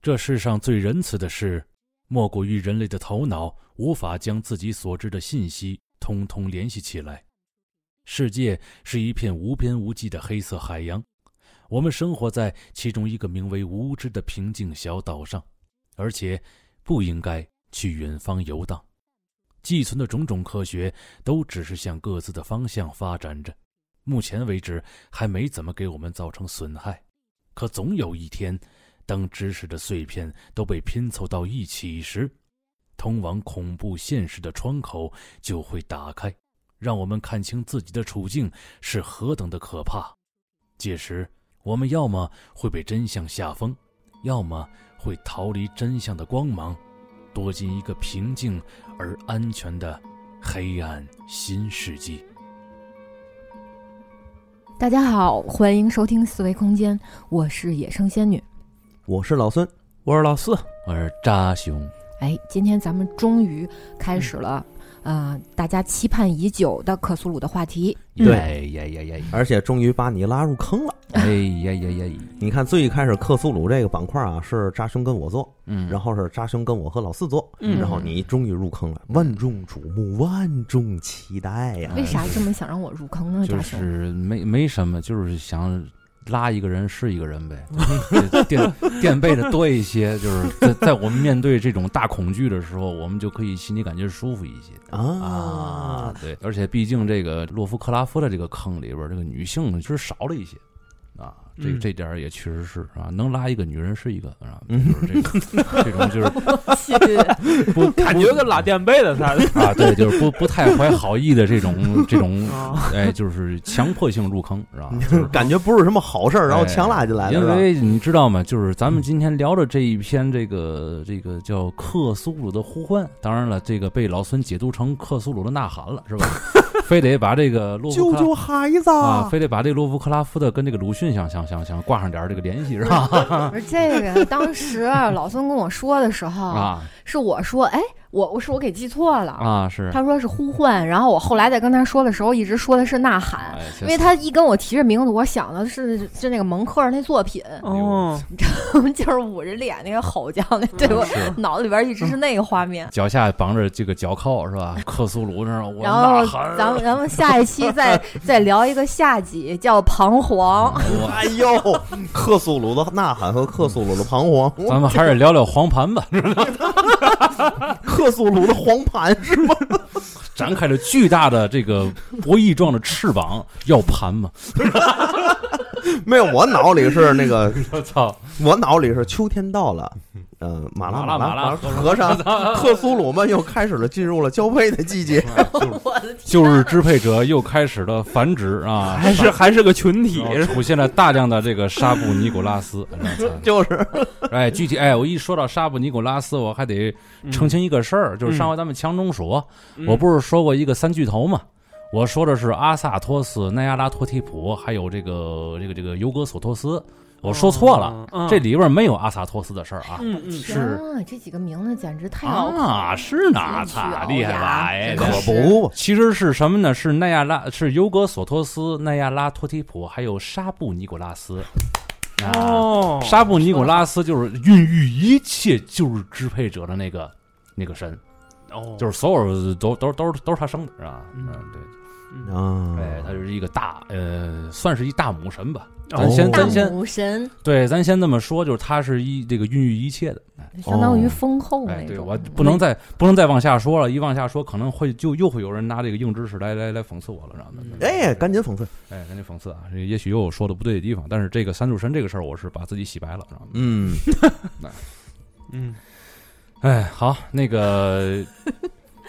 这世上最仁慈的事，莫过于人类的头脑无法将自己所知的信息通通联系起来。世界是一片无边无际的黑色海洋，我们生活在其中一个名为无知的平静小岛上，而且不应该去远方游荡。寄存的种种科学都只是向各自的方向发展着，目前为止还没怎么给我们造成损害，可总有一天。当知识的碎片都被拼凑到一起时，通往恐怖现实的窗口就会打开，让我们看清自己的处境是何等的可怕。届时，我们要么会被真相吓疯，要么会逃离真相的光芒，躲进一个平静而安全的黑暗新世纪。大家好，欢迎收听四维空间，我是野生仙女。我是老孙，我是老四，我是扎熊。哎，今天咱们终于开始了，嗯呃，大家期盼已久的克苏鲁的话题。对哎呀呀呀！而且终于把你拉入坑了。哎呀呀呀！你看，最开始克苏鲁这个板块啊，是扎兄跟我做，嗯，然后是扎兄跟我和老四做，嗯然后你终于入坑了，万众瞩目，万众期待呀、为啥这么想让我入坑呢？哎就大熊，是没没什么，就是想拉一个人是一个人呗， 对垫垫背的多一些，就是在在我们面对这种大恐惧的时候，我们就可以心里感觉舒服一些啊！，对，而且毕竟这个洛夫克拉夫的这个坑里边儿，这个女性其实少了一些。啊，这嗯这点儿也确实是啊，能拉一个女人是一个啊，就嗯是这个这种就是 不感觉跟拉垫背的似的。啊，对，就是不不太怀好意的这种这种 啊，哎，就是强迫性入坑， 是吧？ 感觉不是什么好事儿，然后强拉进来了，因是吧为你知道吗？就是咱们今天聊的这一篇，这个这个叫《克苏鲁的呼唤》，当然了，这个被老孙解读成克苏鲁的呐喊了，是吧？ 非得把这个洛夫救克拉救孩子啊，！非得把这洛夫克拉夫的跟这个鲁迅想想想想挂上点儿这个联系，是吧？而这个当时啊老孙跟我说的时候， 啊是我说，哎，我我是我给记错了，啊是，他说是呼唤，然后我后来在跟他说的时候，一直说的是呐喊。哎因为他一跟我提这名字，我想的是是那个蒙克尔那作品， 哦，就是捂着脸那个吼叫那，对我是 脑子里边一直是那个画面。脚下绑着这个脚铐是吧？克苏鲁那儿我然后呐喊，啊咱们咱们下一期再再聊一个下集，叫彷徨。我哎呦， 克苏鲁的呐喊和克苏鲁的彷徨， 啊咱们还是聊聊黄盘吧，克苏鲁的黄盘是吗？展开了巨大的这个博弈状的翅膀，要盘吗？ 没有，我脑里是那个我操！我脑里是秋天到了， 嗯、马拉马拉马马拉和尚，克苏鲁们又开始了进入了交配的季节。 我的天，就是支配者又开始了繁殖啊，还是还是个群体，然后出现了大量的这个纱布尼古拉 斯。就是哎，具体哎，我一说到纱布尼古拉斯，我还得澄清一个事儿，嗯就是上回咱们强中所，我不是说过一个三巨头嘛？我说的是阿萨托斯、奈亚拉托提普，还有这个这个这个尤格索托斯，我说错了，嗯这里边没有阿萨托斯的事儿啊。嗯嗯，是啊，这几个名字简直太拗口了啊，是呢，自己去他熬厉害呀吧？哎，真的对是其实是什么呢？是奈亚拉，是尤格索托斯、奈亚拉托提普，还有纱布尼古拉斯。啊，哦，纱布尼古拉斯就是孕育一切就是支配者的那个那个神，哦就是所有都都都是都是他生的，是吧？嗯嗯，对，啊哎，他就是一个大呃，算是一大母神吧。哦咱先大咱先母神对，咱先这么说，就是他是一这个孕育一切的。相当于封后哦那哎，种。对我不能再不能再往下说了，一往下说可能会就又会有人拿这个硬知识来来来讽刺我了，知道吗？哎，赶紧讽刺，哎，赶紧讽刺啊！这也许又有说的不对的地方，但是这个三柱神这个事儿，我是把自己洗白了，知道吗？嗯，嗯哎，好，那个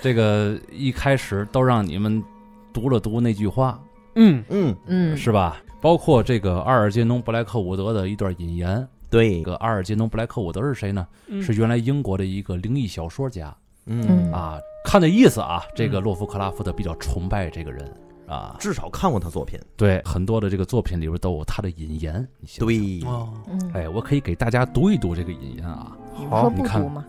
这个一开始都让你们读了读那句话，嗯嗯，嗯，是吧？包括这个阿尔杰农布莱克伍德的一段引言。对这，个阿尔杰农布莱克伍德是谁呢？嗯是原来英国的一个灵异小说家。嗯啊，看这意思啊，这个洛夫克拉夫特比较崇拜这个人啊，至少看过他作品，对，很多的这个作品里边都有他的引言。你信不信，对，哦，嗯，哎，我可以给大家读一读这个引言啊，你们说你不看读吗？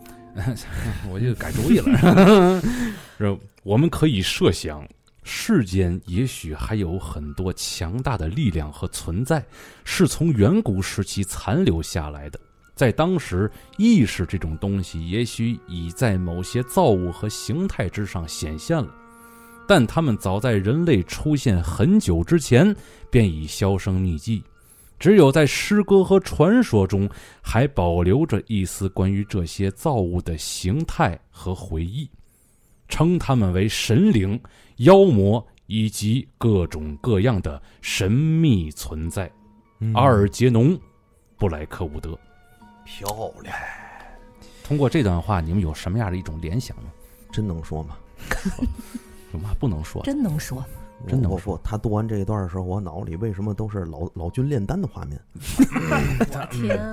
我就改主意了。 是我们可以设想，世间也许还有很多强大的力量和存在，是从远古时期残留下来的。在当时，意识这种东西也许已在某些造物和形态之上显现了，但它们早在人类出现很久之前便已销声匿迹。只有在诗歌和传说中，还保留着一丝关于这些造物的形态和回忆，称它们为神灵、妖魔以及各种各样的神秘存在。嗯阿尔杰农·布莱克伍德。漂亮，通过这段话，你们有什么样的一种联想呢？真能说吗？有嘛不能说的？真能说，我真能我说我他读完这一段的时候，我脑里为什么都是老老君炼丹的画面？我天啊，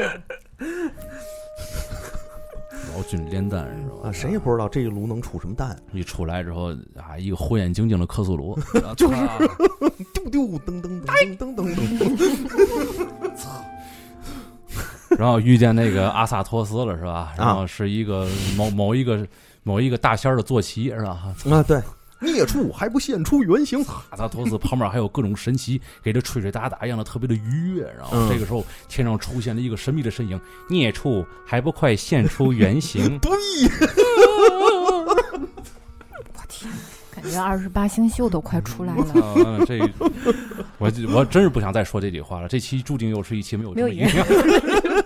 老君炼丹是吧？啊，谁也不知道这一炉能出什么蛋，一出来之后啊，一个火眼金睛的克苏鲁，就是丢丢噔噔噔噔噔噔噔。 然后遇见那个阿萨托斯了是吧？然后是一个某某一个某一个大仙儿的坐骑是吧？啊，对，孽畜还不现出原形，阿萨托斯旁边还有各种神奇，给他吹吹打打，让他特别的愉悦。然后嗯！这个时候，天上出现了一个神秘的身影，孽畜还不快现出原形不易。感觉二十八星宿都快出来了。啊，嗯这我我真是不想再说这句话了。这期注定又是一期没有没有这么营养。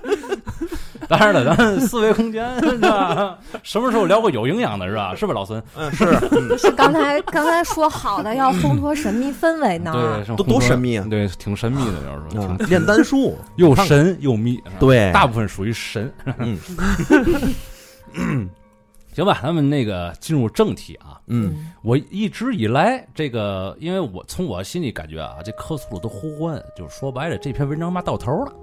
当然了，咱思维空间是 吧？什么时候聊过有营养的是吧？是吧，老孙？嗯，是，嗯是刚才刚才说好的要烘托神秘氛围呢，对，是吧多多神秘啊对，挺神秘的，要是说，啊哎挺炼丹术，又神又秘。是吧对，大部分属于神。 嗯行吧，咱们那个进入正题啊。嗯，嗯，我一直以来，这个因为我从我心里感觉啊，这科苏鲁的呼唤，就是说白了，这篇文章嘛到头了。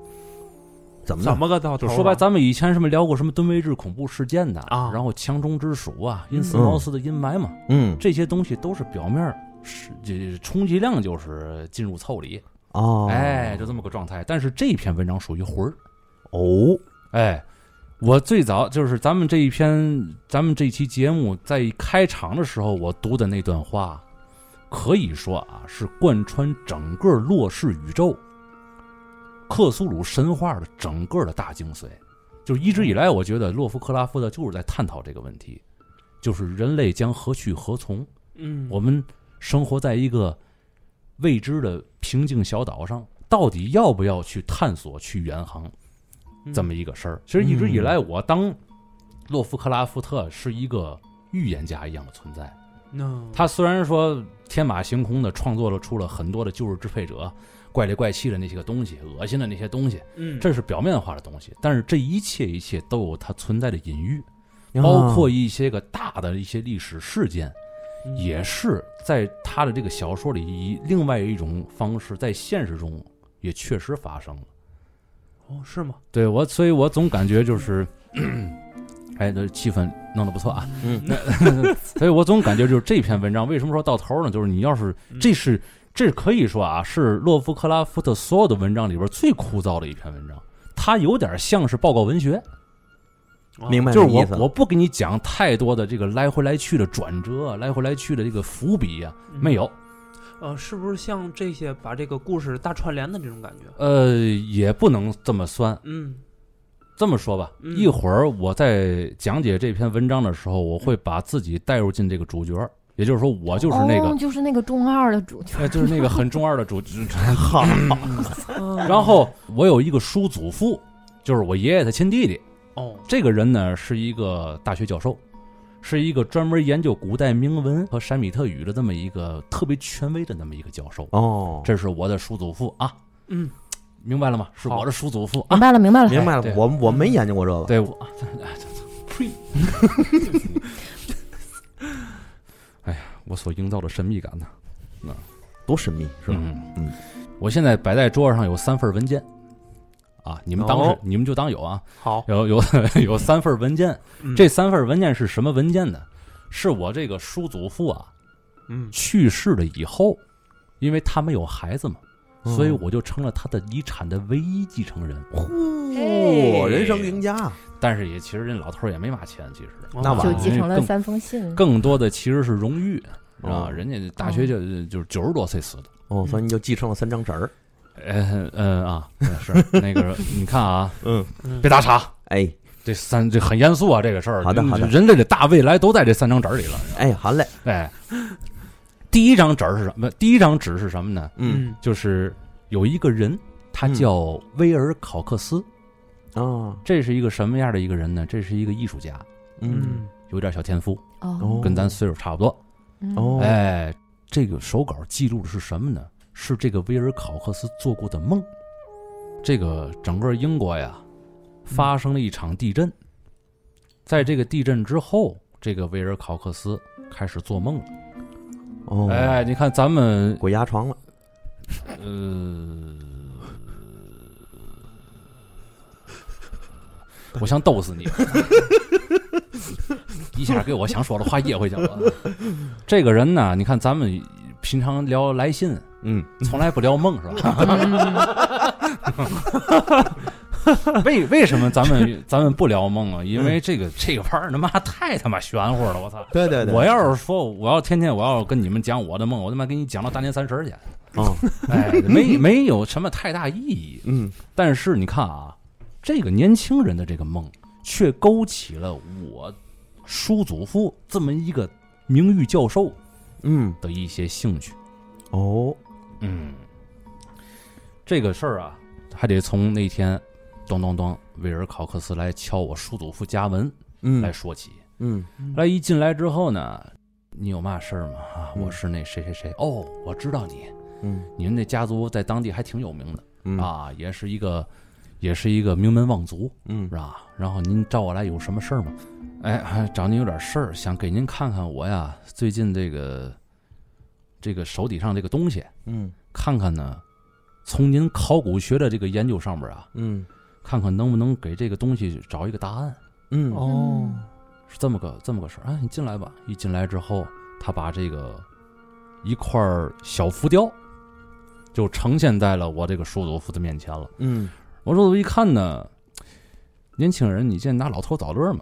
怎么怎了？么个到头就啊？说白，咱们以前什么聊过什么敦威治恐怖事件呐，啊然后强中之鼠啊，因斯茅斯的阴霾嘛，嗯，这些东西都是表面儿是这冲击量就是进入凑里，哦，哎，就这么个状态。但是这篇文章属于魂儿，哦，哎，我最早就是咱们这一篇，咱们这一期节目在开场的时候，我读的那段话，可以说啊是贯穿整个洛氏宇宙、克苏鲁神话的整个的大精髓。就是一直以来，我觉得洛夫克拉夫特就是在探讨这个问题，就是人类将何去何从。嗯，我们生活在一个未知的平静小岛上，到底要不要去探索、去远航嗯这么一个事儿？其实一直以来，我当洛夫克拉夫特是一个预言家一样的存在。嗯，他虽然说天马行空的创作了出了很多的旧日支配者。怪里怪气的那些个东西，恶心的那些东西，嗯这是表面化的东西。但是这一切一切都有它存在的隐喻，啊包括一些个大的一些历史事件，嗯也是在他的这个小说里以另外一种方式，在现实中也确实发生了。哦是吗？对我，所以我总感觉就是，哎，这气氛弄得不错啊。 嗯所以我总感觉就是这篇文章为什么说到头呢？就是你要是这是这可以说啊，是洛夫克拉夫特所有的文章里边最枯燥的一篇文章。它有点像是报告文学，哦明白就是这我意思我不给你讲太多的这个来回来去的转折啊，来回来去的这个伏笔呀、嗯没有。呃，是不是像这些把这个故事大串联的这种感觉？呃，也不能这么算。嗯这么说吧，嗯一会儿我在讲解这篇文章的时候，我会把自己带入进这个主角，也就是说，我就是那个哦、，就是那个中二的主 角，呃，就是那个很中二的主角。好，嗯然后我有一个叔祖父，就是我爷爷的亲弟弟。哦，这个人呢，是一个大学教授，是一个专门研究古代铭文和闪米特语的这么一个特别权威的那么一个教授。哦，这是我的叔祖父啊，嗯，明白了吗？是好我的叔祖父啊明。白了，明白了，明白对嗯了，我我没研究过这个，对，我啊这这这呸！ 哎呀，我所营造的神秘感呢，多神秘是吧？嗯嗯，我现在摆在桌上有三份文件，啊，你们当是、哦你们就当有啊，好，有有 有三份文件，嗯这三份文件是什么文件呢？是我这个叔祖父啊嗯去世了以后，因为他没有孩子嘛，哦嗯所以我就成了他的遗产的唯一继承人。呼，人生赢家，但是也其实人老头儿也没嘛钱，其实哦那完就了继承了更三封信，更多的其实是荣誉。啊，哦人家大学就就是九十多岁死的，哦，所以你就继承了三张纸儿，嗯嗯啊， 是那个，你看 啊，嗯，嗯别打岔，哎这三这很严肃啊，这个事儿。好的好的人类的大未来都在这三张纸里了。哎，好嘞，哎，第一张纸儿是什么？第一张纸是什么呢？嗯就是有一个人，他嗯叫威尔考克斯，啊，这是一个什么样的一个人呢？这是一个艺术家，嗯，有点小天赋，哦嗯跟咱岁数差不多。嗯 哦哎，这个手稿记录的是什么呢？是这个威尔考克斯做过的梦。这个整个英国呀，嗯发生了一场地震，在这个地震之后，这个威尔考克斯开始做梦了。哦，哎，你看咱们鬼压床了，呃，我想逗死你， 一下给我想说的话噎回去了。这个人呢，你看咱们平常聊来信，嗯，从来不聊梦是吧？嗯 为为什么咱们咱们不聊梦啊？因为这个这个玩意儿他妈太他妈玄乎了，我操！对对对，我要是说我要天天我要跟你们讲我的梦，我他妈给你讲到大年三十儿去，哦，哎，没没有什么太大意义。嗯，但是你看啊，这个年轻人的这个梦，却勾起了我叔祖父这么一个名誉教授嗯，的一些兴趣。哦，嗯，这个事儿啊，还得从那天咚咚咚威尔考克斯来敲我叔祖父家门嗯，来，说起。嗯，来一进来之后呢，你有嘛事儿吗？啊，嗯我是那谁谁谁。哦，我知道你，嗯，您那家族在当地还挺有名的、嗯，啊，也是一个，也是一个名门望族。嗯是，吧？然后您找我来有什么事儿吗？哎，找您有点事儿，想给您看看我呀，最近这个这个手底上这个东西，嗯，看看呢，从您考古学的这个研究上边啊，嗯，看看能不能给这个东西找一个答案，嗯，哦，是这么个这么个事儿。哎，你进来吧。一进来之后，他把这个一块儿小浮雕就呈现在了我这个叔祖父的面前了。嗯，我说我一看呢，年轻人，你这拿老头找乐嘛？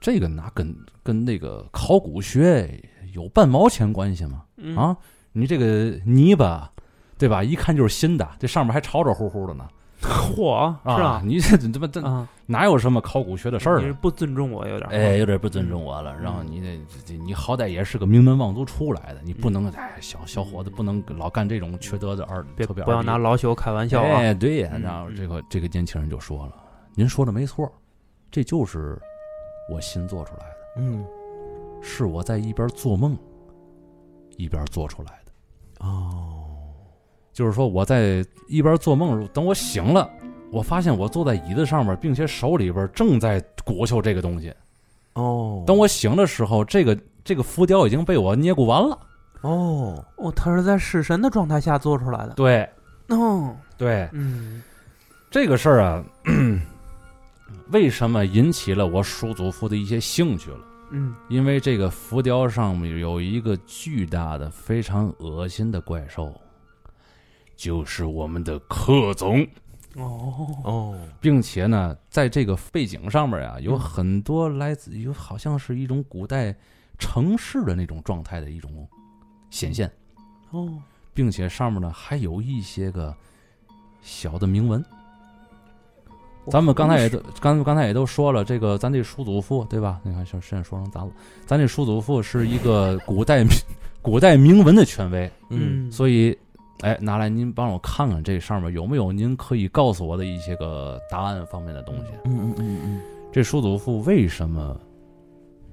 这个哪跟跟那个考古学有半毛钱关系吗？嗯啊，你这个泥巴，对吧？一看就是新的，这上面还潮潮乎乎的呢。嚯，啊，是吧？你这这他妈这啊，哪有什么考古学的事儿你是呢？不尊重我有点儿。哎，有点不尊重我了。嗯然后你这这你好歹也是个名门望族出来的，你嗯不能哎小小伙子不能老干这种缺德的二，别特别不要二逼拿老朽开玩笑啊！哎，对呀、嗯然后嗯这个这个年轻人就说了：“您说的没错，这就是我新做出来的，嗯，是我在一边做梦，一边做出来的。哦，就是说我在一边做梦，等我醒了，我发现我坐在椅子上面，并且手里边正在鼓秋这个东西。哦，等，我醒的时候，这个这个浮雕已经被我捏鼓完了。哦，哦，他是在弑神的状态下做出来的。对哦，对，嗯这个事儿啊， 为什么引起了我叔祖父的一些兴趣了？”嗯，因为这个浮雕上面有一个巨大的、非常恶心的怪兽，就是我们的克总，哦，哦，并且呢，在这个背景上面啊，有嗯很多来自有好像是一种古代城市的那种状态的一种显现，哦，并且上面呢还有一些个小的铭文。咱们刚才也都，刚刚才也都说了，这个咱这叔祖父对吧？你看，现现在说成咱了，咱这叔祖父是一个古代古代铭文的权威，嗯，所以，哎，拿来您帮我看看这上面有没有您可以告诉我的一些个答案方面的东西。嗯嗯嗯这叔祖父为什么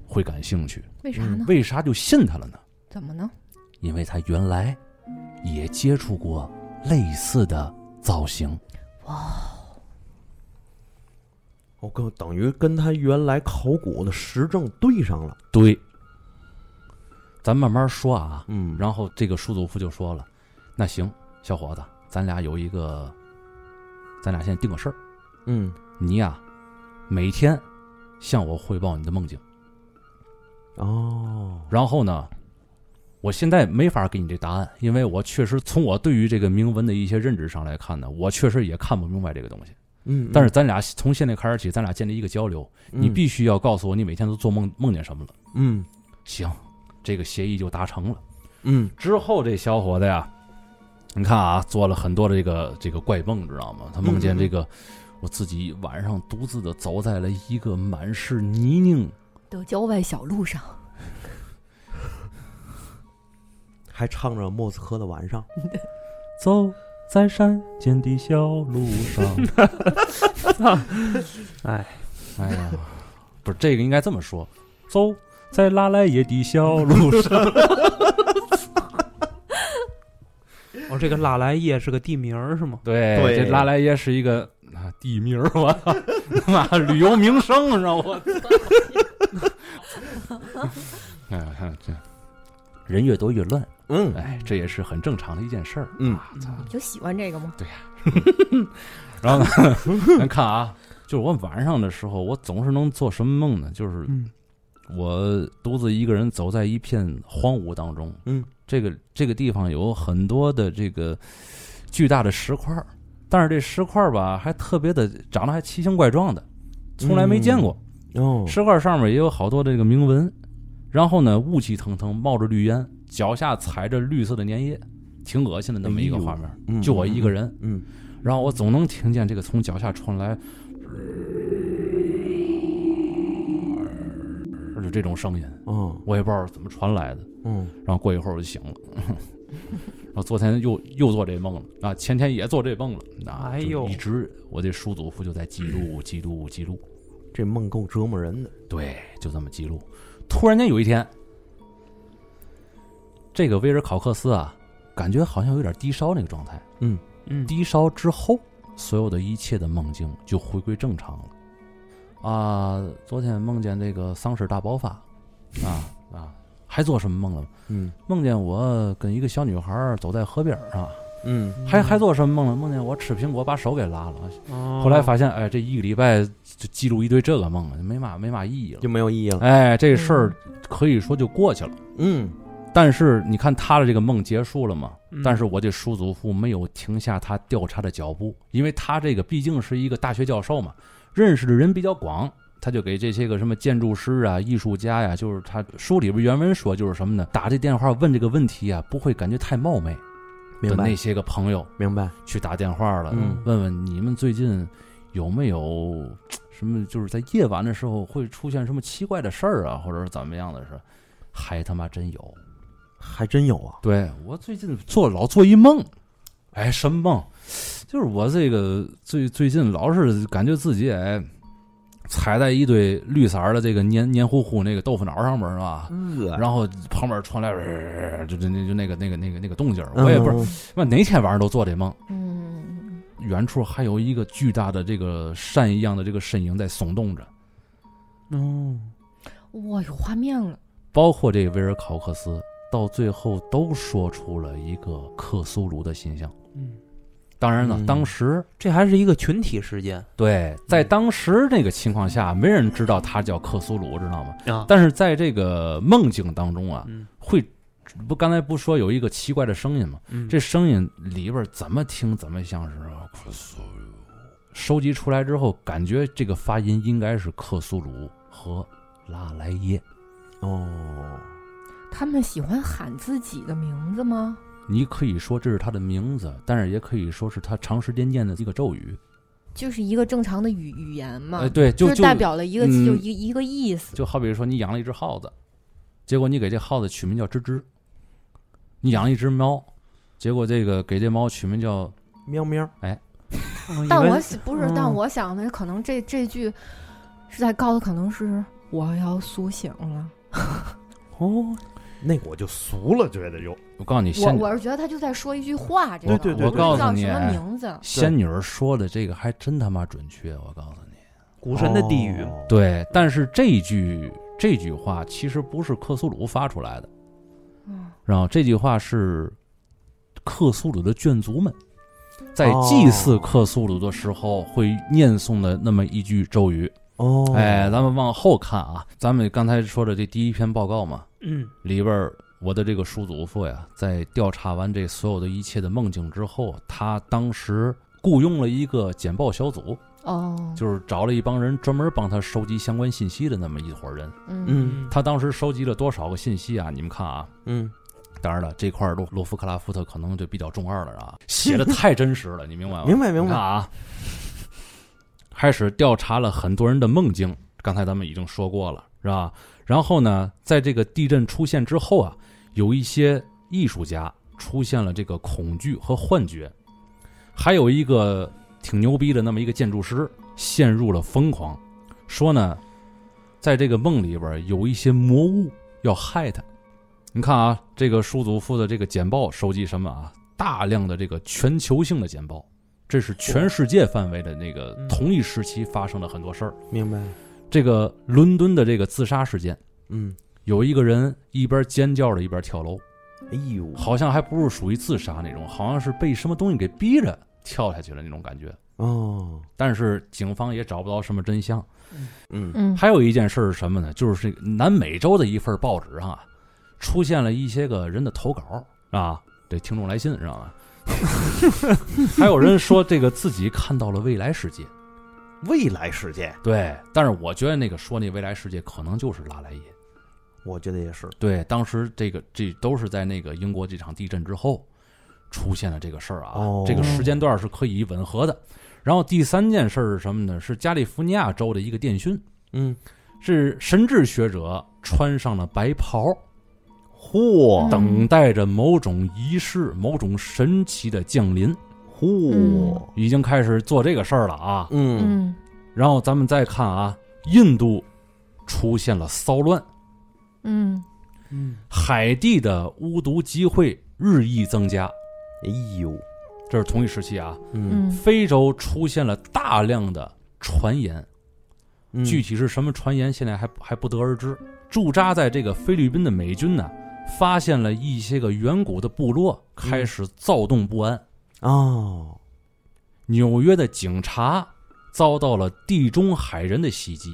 会感兴趣？为啥呢？嗯为啥就信他了呢？怎么呢？因为他原来也接触过类似的造型。嗯，我跟等于跟他原来考古的实证对上了，对，咱慢慢说啊。嗯，然后这个叔祖父就说了：“那行，小伙子，咱俩有一个，咱俩先定个事儿。嗯，你呀、每天向我汇报你的梦境。哦，然后呢，我现在没法给你这答案，因为我确实从我对于这个铭文的一些认知上来看呢，我确实也看不明白这个东西。嗯，但是咱俩从现在开始起，咱俩建立一个交流，你必须要告诉我你每天都做梦梦见什么了。嗯，行，这个协议就达成了。嗯之后这小伙子呀，你看啊，做了很多的这个这个怪梦，知道吗？他梦见这个，我自己晚上独自的走在了一个满是泥泞，的郊外小路上，还唱着莫斯科的晚上，走在山间的小路上。哎， 哎呀，不是这个应该这么说，走在拉莱耶的小路上。哦，这个拉莱耶是个地名儿是吗？对，对这拉莱耶是一个啊地名儿，我操， 妈旅游名胜啊，我操！ 哎呀，看这人越多越乱，嗯哎，这也是很正常的一件事儿。嗯啊操嗯你就喜欢这个吗？然后 呢，咱看啊，就是我晚上的时候，我总是能做什么梦呢？就是嗯我独自一个人走在一片荒芜当中，嗯，这个这个地方有很多的这个巨大的石块儿，但是这石块儿吧，还特别的长得还奇形怪状的，从来没见过。哦，石块上面也有好多的这个铭文，然后呢，雾气腾腾，冒着绿烟，脚下踩着绿色的粘液，挺恶心的那么一个画面。嗯就我一个，人，嗯然后我总能听见这个从脚下传来，就这种声音，嗯我也不知道怎么传来的。嗯，然后过一会儿我就醒了， 然后昨天又又做这梦了啊，前天也做这梦了啊，哎就呦一直我这叔祖父就在记 录记录记录，这梦够折磨人的，对，就这么记录。突然间有一天，这个威尔考克斯啊，感觉好像有点低烧那个状态。嗯，低烧之后，所有的一切的梦境就回归正常了。啊，昨天梦见这个丧尸大爆发，啊啊，还做什么梦了？嗯梦见我跟一个小女孩儿走在河边儿啊，嗯，还还做什么梦了？梦见我吃苹果把手给拉了。哦后来发现，哎，这一个礼拜就记录一堆这个梦了，没嘛没嘛意义了就。没有意义了，哎，这事儿可以说就过去了。嗯但是你看他的这个梦结束了嘛？嗯但是我这叔祖父没有停下他调查的脚步，因为他这个毕竟是一个大学教授嘛，认识的人比较广，他就给这些个什么建筑师啊、艺术家呀、就是他书里边原文说就是什么呢？打这电话问这个问题啊，不会感觉太冒昧明的白那些个朋友明白，去打电话了，嗯问问你们最近有没有什么，就是在夜晚的时候会出现什么奇怪的事儿啊，或者是怎么样的事儿，还他妈真有。还真有啊，对我最近做老做一梦，哎，什么梦？就是我这个最最近老是感觉自己哎，踩在一堆绿色儿的这个黏黏糊糊那个豆腐脑上面是吧？呃，然后旁边传来、呃就就就就那个那个那个那个动静嗯儿，我也不知道，那哪天晚上都做这梦。嗯，远处还有一个巨大的这个扇一样的这个身影在耸动着，哦，哇，有画面了，包括这威尔考克斯，到最后都说出了一个克苏鲁的形象。嗯，当然了，嗯当时这还是一个群体事件对，嗯在当时那个情况下，没人知道他叫克苏鲁，知道吗？啊，但是在这个梦境当中啊，嗯会不刚才不说有一个奇怪的声音吗？嗯，这声音里边怎么听怎么像是啊克苏鲁，收集出来之后，感觉这个发音应该是克苏鲁和拉莱耶。哦，他们喜欢喊自己的名字吗？你可以说这是他的名字，但是也可以说是他长时间念的一个咒语。就是一个正常的语语言嘛，哎，对，就就是代表了一个嗯就一一个意思。就好比说你养了一只耗子，结果你给这耗子取名叫吱吱；你养了一只猫，结果这个给这猫取名叫喵喵，哦但以为我想不是，但嗯我想的可能这这句是在告诉，可能是我要苏醒了。哦，那个我就俗了，觉得就我告诉你我仙女我是觉得他就在说一句话，这个对对对我不告知道诉你哎什么名字，仙女儿说的这个还真他妈准确，我告诉你。股神的地狱，哦，对，但是这一句这句话其实不是克苏鲁发出来的，嗯，然后这句话是克苏鲁的眷族们在祭祀克苏鲁的时候会念诵的那么一句咒语。哦，哎，咱们往后看啊，咱们刚才说的这第一篇报告嘛，嗯里边儿我的这个叔祖父呀，在调查完这所有的一切的梦境之后，他当时雇佣了一个简报小组，哦，就是找了一帮人专门帮他收集相关信息的那么一伙人。嗯嗯嗯，他当时收集了多少个信息啊？你们看啊，嗯当然了，这块儿洛洛夫克拉夫特可能就比较中二了啊，写的太真实了，你明白吗？明白明你看白，啊，开始调查了很多人的梦境，刚才咱们已经说过了，是吧？然后呢，在这个地震出现之后啊，有一些艺术家出现了这个恐惧和幻觉，还有一个挺牛逼的那么一个建筑师陷入了疯狂，说呢，在这个梦里边有一些魔物要害他。你看啊，这个舒祖父的这个简报收集什么啊？大量的这个全球性的简报，这是全世界范围的那个嗯同一时期发生了很多事儿。明白，这个伦敦的这个自杀事件，嗯，有一个人一边尖叫着一边跳楼，哎呦，好像还不是属于自杀那种，好像是被什么东西给逼着跳下去了那种感觉。哦，但是警方也找不到什么真相。嗯，嗯，还有一件事是什么呢？就是这个南美洲的一份报纸上啊，出现了一些个人的投稿啊，这听众来信知道吗？ 还有人说这个自己看到了未来世界，未来世界，对，但是我觉得那个说那未来世界可能就是拉莱耶。我觉得也是，对，当时这个这都是在那个英国这场地震之后出现了这个事儿啊，哦这个时间段是可以吻合的。然后第三件事儿是什么呢？是加利福尼亚州的一个电讯，嗯，是神智学者穿上了白袍，嚯嗯等待着某种仪式、某种神奇的降临，嚯，已经开始做这个事儿了啊。嗯，嗯然后咱们再看啊，印度出现了骚乱，嗯嗯，海地的巫毒集会日益增加，哎呦，这是同一时期啊。嗯嗯非洲出现了大量的传言，嗯，具体是什么传言，现在还还不得而知。驻扎在这个菲律宾的美军呢，发现了一些个远古的部落开始躁动不安。哦，纽约的警察遭到了地中海人的袭击，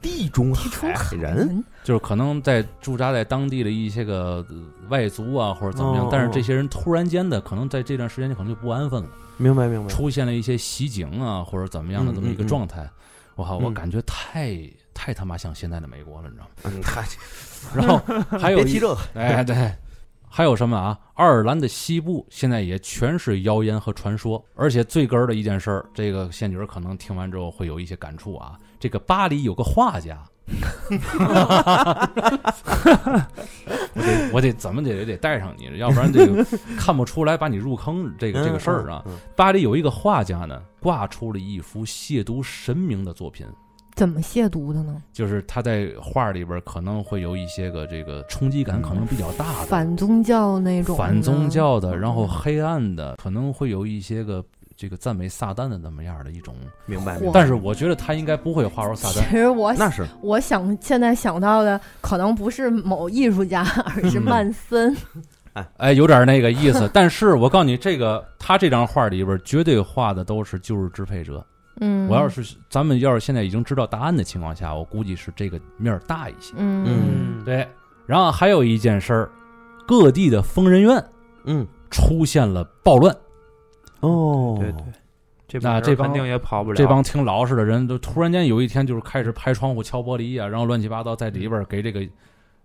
地中哎地中海海人，就是可能在驻扎在当地的一些个呃外族啊，或者怎么样哦。但是这些人突然间的，可能在这段时间就可能就不安分了。明白明白，出现了一些袭警啊，或者怎么样的这么一个状态。我靠，我嗯感觉太太他妈像现在的美国了，你知道吗？嗯，嗨， 然后还有 别一提这个，哎对，还有什么啊？爱尔兰的西部现在也全是谣言和传说，而且最根儿的一件事儿，这个仙女儿可能听完之后会有一些感触啊。这个巴黎有个画家。我得我得怎么得也得带上你，要不然这个看不出来把你入坑这个这个事儿啊。嗯，嗯巴黎有一个画家呢，挂出了一幅亵渎神明的作品，怎么亵渎的呢？就是他在画里边可能会有一些个这个冲击感可能比较大的、反宗教那种的嗯反宗教的，然后黑暗的，可能会有一些个这个赞美撒旦的那么样的一种。明白嚯明白，但是我觉得他应该不会画出撒其旦。实我那是我想现在想到的可能不是某艺术家， 而嗯是曼森。哎，有点那个意 思。但是我告诉你，这个他这张画里边绝对画的都是旧日支配者。嗯，我要是咱们要是现在已经知道答案的情况下，我估计是这个面儿大一些。嗯嗯，对，然后还有一件事儿，各地的疯人院嗯，出现了暴乱，哦，对对，这那帮人这帮肯定也跑不了，这帮听老实的人都突然间有一天就是开始拍窗户、敲玻璃啊，然后乱七八糟在里边儿嗯给这个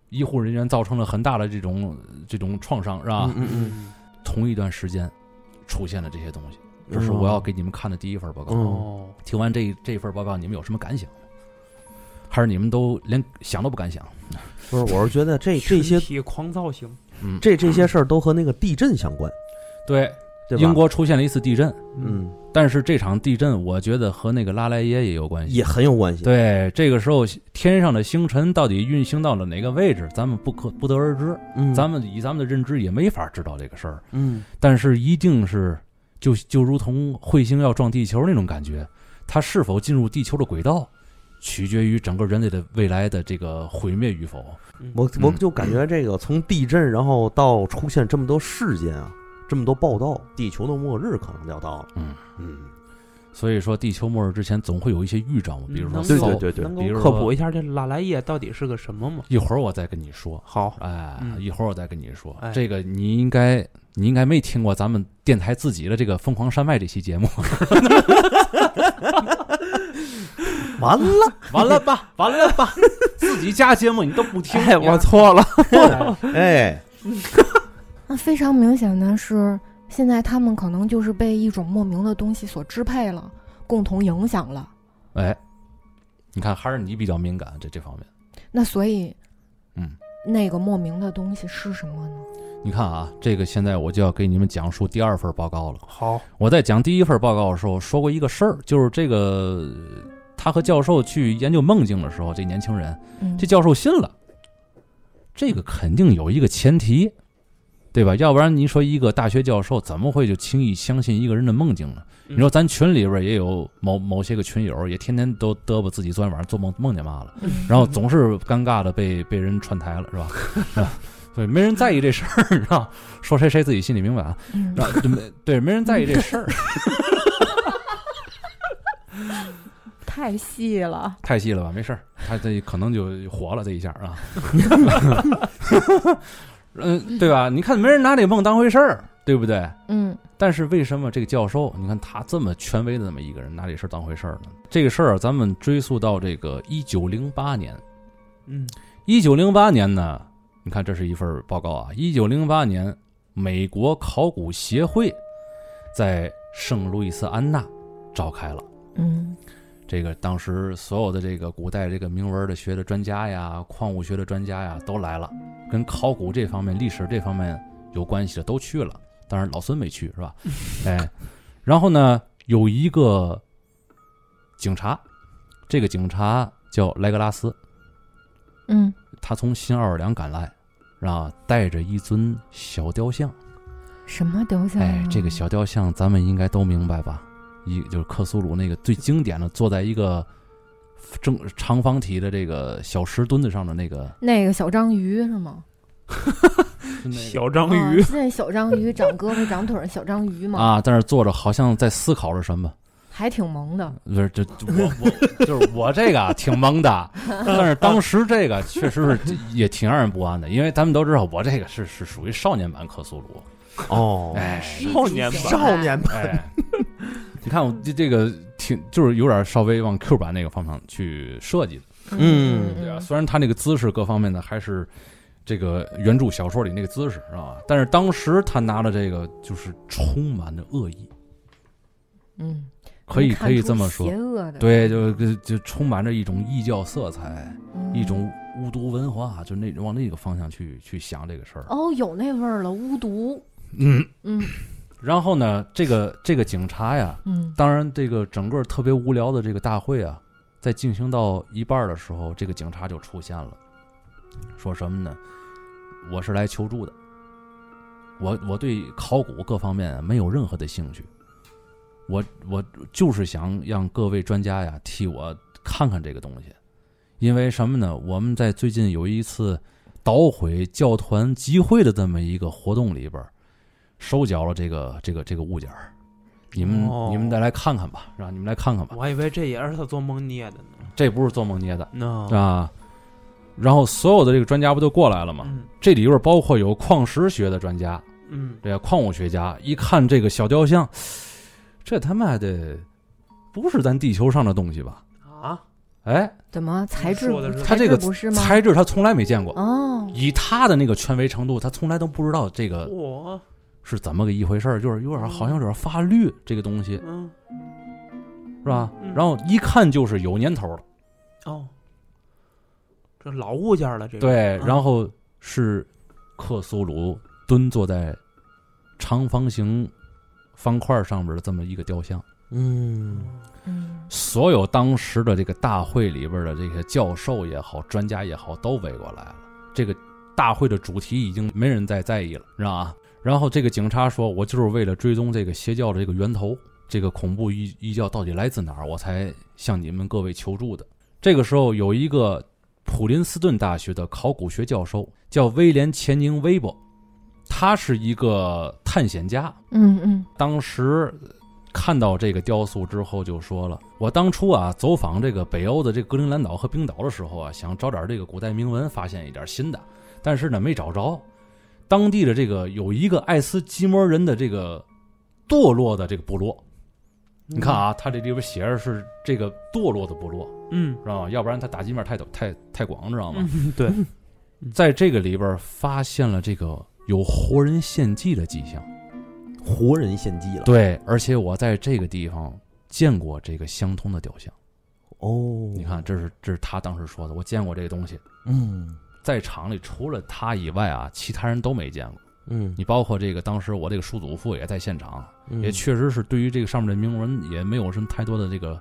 医护人员造成了很大的这种这种创伤，是吧？嗯嗯嗯，嗯，同一段时间出现了这些东西，这就是我要给你们看的第一份报告。嗯哦，听完这这份报告，你们有什么感想吗？还是你们都连想都不敢想？不是，我是觉得这这群些体狂躁型，嗯，这这些事儿都和那个地震相关，对对吧？英，国出现了一次地震，嗯，但是这场地震我觉得和那个拉莱耶也有关系。也很有关系，对，这个时候天上的星辰到底运行到了哪个位置，咱们不可不得而知。嗯，咱们以咱们的认知也没法知道这个事儿，嗯，但是一定是就就如同彗星要撞地球那种感觉，它是否进入地球的轨道，取决于整个人类的未来的这个毁灭与否。嗯我我嗯就感觉这个从地震，然后到出现这么多事件啊，这么多报道，地球的末日可能就要到了。嗯嗯，所以说，地球末日之前总会有一些预兆嘛，比如说嗯骚，对对对能比如够说科普一下这拉莱叶到底是个什么吗？一会儿我再跟你说。好，哎，嗯一会儿我再跟你说，哎这个你应该你应该没听过咱们电台自己的这个《疯狂山脉》这期节目，完了，完了啊吧，完了吧，自己家节目你都不听， 哎，我错了， 哎哎，那非常明显的是，现在他们可能就是被一种莫名的东西所支配了，共同影响了。哎，你看，还是你比较敏感这这方面。那所以，嗯，那个莫名的东西是什么呢？你看啊，这个现在我就要给你们讲述第二份报告了。好，我在讲第一份报告的时候说过一个事儿，就是这个他和教授去研究梦境的时候，这年轻人，嗯，这教授信了。这个肯定有一个前提，对吧？要不然你说一个大学教授怎么会就轻易相信一个人的梦境呢？嗯你说咱群里边也有某某些个群友，也天天都嘚啵自己昨天晚上做梦梦见嘛了，嗯然后总是尴尬的被被人串台了，是吧？是吧？ 所以没人在意这事儿，你知道？说谁谁自己心里明白啊。 嗯然后对没对，没人在意这事儿， 太细了，太细了吧？没事儿，他这可能就火了这一下啊。 嗯，对吧？你看没人拿这梦当回事儿，对不对？嗯但是为什么这个教授，你看他这么权威的这么一个人，拿这事儿当回事儿呢？这个事儿啊咱们追溯到这个一九零八年，嗯一九零八年呢，你看这是一份报告啊。一九零八年，美国考古协会在圣路易斯安那召开了。嗯这个当时所有的这个古代这个铭文的学的专家呀、矿物学的专家呀都来了，跟考古这方面、历史这方面有关系的都去了。当然老孙没去是吧？哎，然后呢，有一个警察，这个警察叫莱格拉斯，嗯，他从新奥尔良赶来，啊，带着一尊小雕像。什么雕像啊？哎，这个小雕像咱们应该都明白吧？一就是克苏鲁那个最经典的，坐在一个正长方体的这个小石墩子上的那个那个小章鱼是吗？小章啊鱼，现在小章鱼长胳膊长腿儿，小章鱼嘛，啊，在那儿坐着，好像在思考着什么。还挺萌的。不是，这这我我就是我这个啊挺懵的，但是当时这个确实是也挺让人不安的，因为咱们都知道我这个是是属于少年版克苏鲁，哦，哎，少年嗯版少年吧，哎， 你看我这这个挺就是有点稍微往 Q 版那个方向去设计的，嗯对啊，虽然他那个姿势各方面呢还是这个原著小说里那个姿势啊，但是当时他拿的这个就是充满着恶意，嗯，可以能看可以出这么说邪，恶的，对，就就就充满着一种异教色彩，嗯一种巫毒文化，就那往那个方向去去想这个事儿。哦，有那味儿了，巫毒。嗯，嗯然后呢，这个这个警察呀，嗯当然，这个整个特别无聊的这个大会啊，在进行到一半儿的时候，这个警察就出现了，说什么呢？我是来求助的，我我对考古各方面没有任何的兴趣，我我就是想让各位专家呀替我看看这个东西，因为什么呢？我们在最近有一次捣毁教团集会的这么一个活动里边儿，收缴了这个这个这个物件儿你们、哦你们再来看看吧，让你们来看看吧，我还以为这也是他做梦捏的呢。这不是做梦捏的哦那啊。然后所有的这个专家不就过来了吗？嗯这里边包括有矿石学的专家，嗯，这矿物学家一看这个小雕像，这他妈的不是咱地球上的东西吧？啊，哎，怎么材质说的是不？他这材个质不是吗？材质他从来没见过，哦，以他的那个权威程度，他从来都不知道这个我是怎么个一回事儿，就是有哦点好像有点法律这个东西嗯是吧嗯？然后一看就是有年头了，哦，这老物件了，这个对，嗯然后是克苏鲁蹲坐在长方形方块上边的这么一个雕像。嗯，嗯所有当时的这个大会里边的这些教授也好、专家也好，都围过来了。这个大会的主题已经没人再在意了，知道吧？然后这个警察说：“我就是为了追踪这个邪教的这个源头，这个恐怖异异教到底来自哪儿，我才向你们各位求助的。”这个时候，有一个普林斯顿大学的考古学教授叫威廉·钱宁威伯，他是一个探险家，嗯嗯当时看到这个雕塑之后，就说了：“我当初啊走访这个北欧的这个格陵兰岛和冰岛的时候啊，想找点这个古代铭文，发现一点新的，但是呢没找着。当地的这个有一个爱斯基摩人的这个堕落的这个部落，嗯你看，啊，他这里边写着是这个堕落的部落，嗯知道吗？要不然他打击面太陡太太广，知道吗？嗯，对，在这个里边发现了这个有活人献祭的迹象。活人献祭了。对，而且我在这个地方见过这个相通的雕像。哦，你看，，这是这是他当时说的，我见过这个东西，嗯在场里除了他以外啊，其他人都没见过。嗯，你包括这个当时我这个叔祖父也在现场，嗯也，确实是对于这个上面的铭文也没有什么太多的这个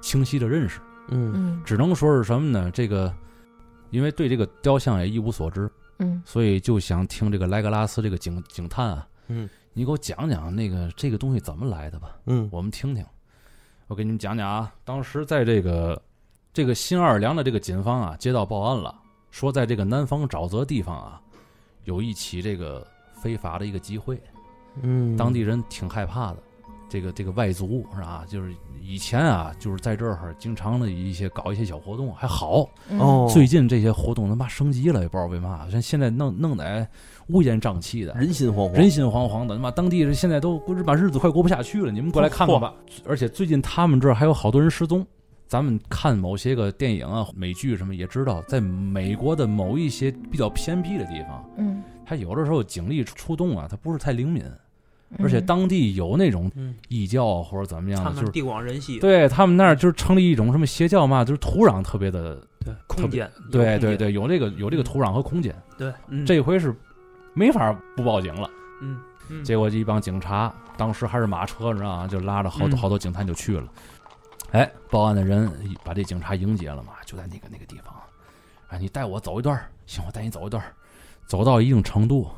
清晰的认识，嗯嗯只能说是什么呢？这个因为对这个雕像也一无所知，嗯所以就想听这个莱格拉斯这个警警探啊，嗯，你给我讲讲那个这个东西怎么来的吧，嗯我们听听。我给你们讲讲啊，当时在这个这个新奥尔良的这个警方啊，接到报案了，说在这个南方沼泽地方啊，有一起这个非法的一个集会，嗯，当地人挺害怕的。这个这个外族是吧？就是以前啊，就是在这儿经常的一些搞一些小活动，还好。嗯哦，最近这些活动他妈升级了，也不知道为嘛，像现在弄弄得哎乌烟瘴气的，人心惶惶，人心惶惶的。他妈当地人现在都估计把日子快过不下去了，你们过来看看吧。而且最近他们这儿还有好多人失踪。咱们看某些个电影啊、美剧什么，也知道，在美国的某一些比较偏僻的地方，嗯，他有的时候警力出动啊，他不是太灵敏，嗯而且当地有那种嗯，异教或者怎么样他的，就们是地广人稀，对他们那儿就是成立一种什么邪教嘛，就是土壤特别的，对，空间，对有对空间对，有这个有这个土壤和空间，对，嗯这回是没法不报警了。嗯嗯结果这一帮警察，当时还是马车，你知道吗？就拉着好多嗯好多警探就去了。哎，报案的人把这警察迎接了嘛，就在那个那个地方。哎，你带我走一段儿，行，我带你走一段儿，走到一定程度，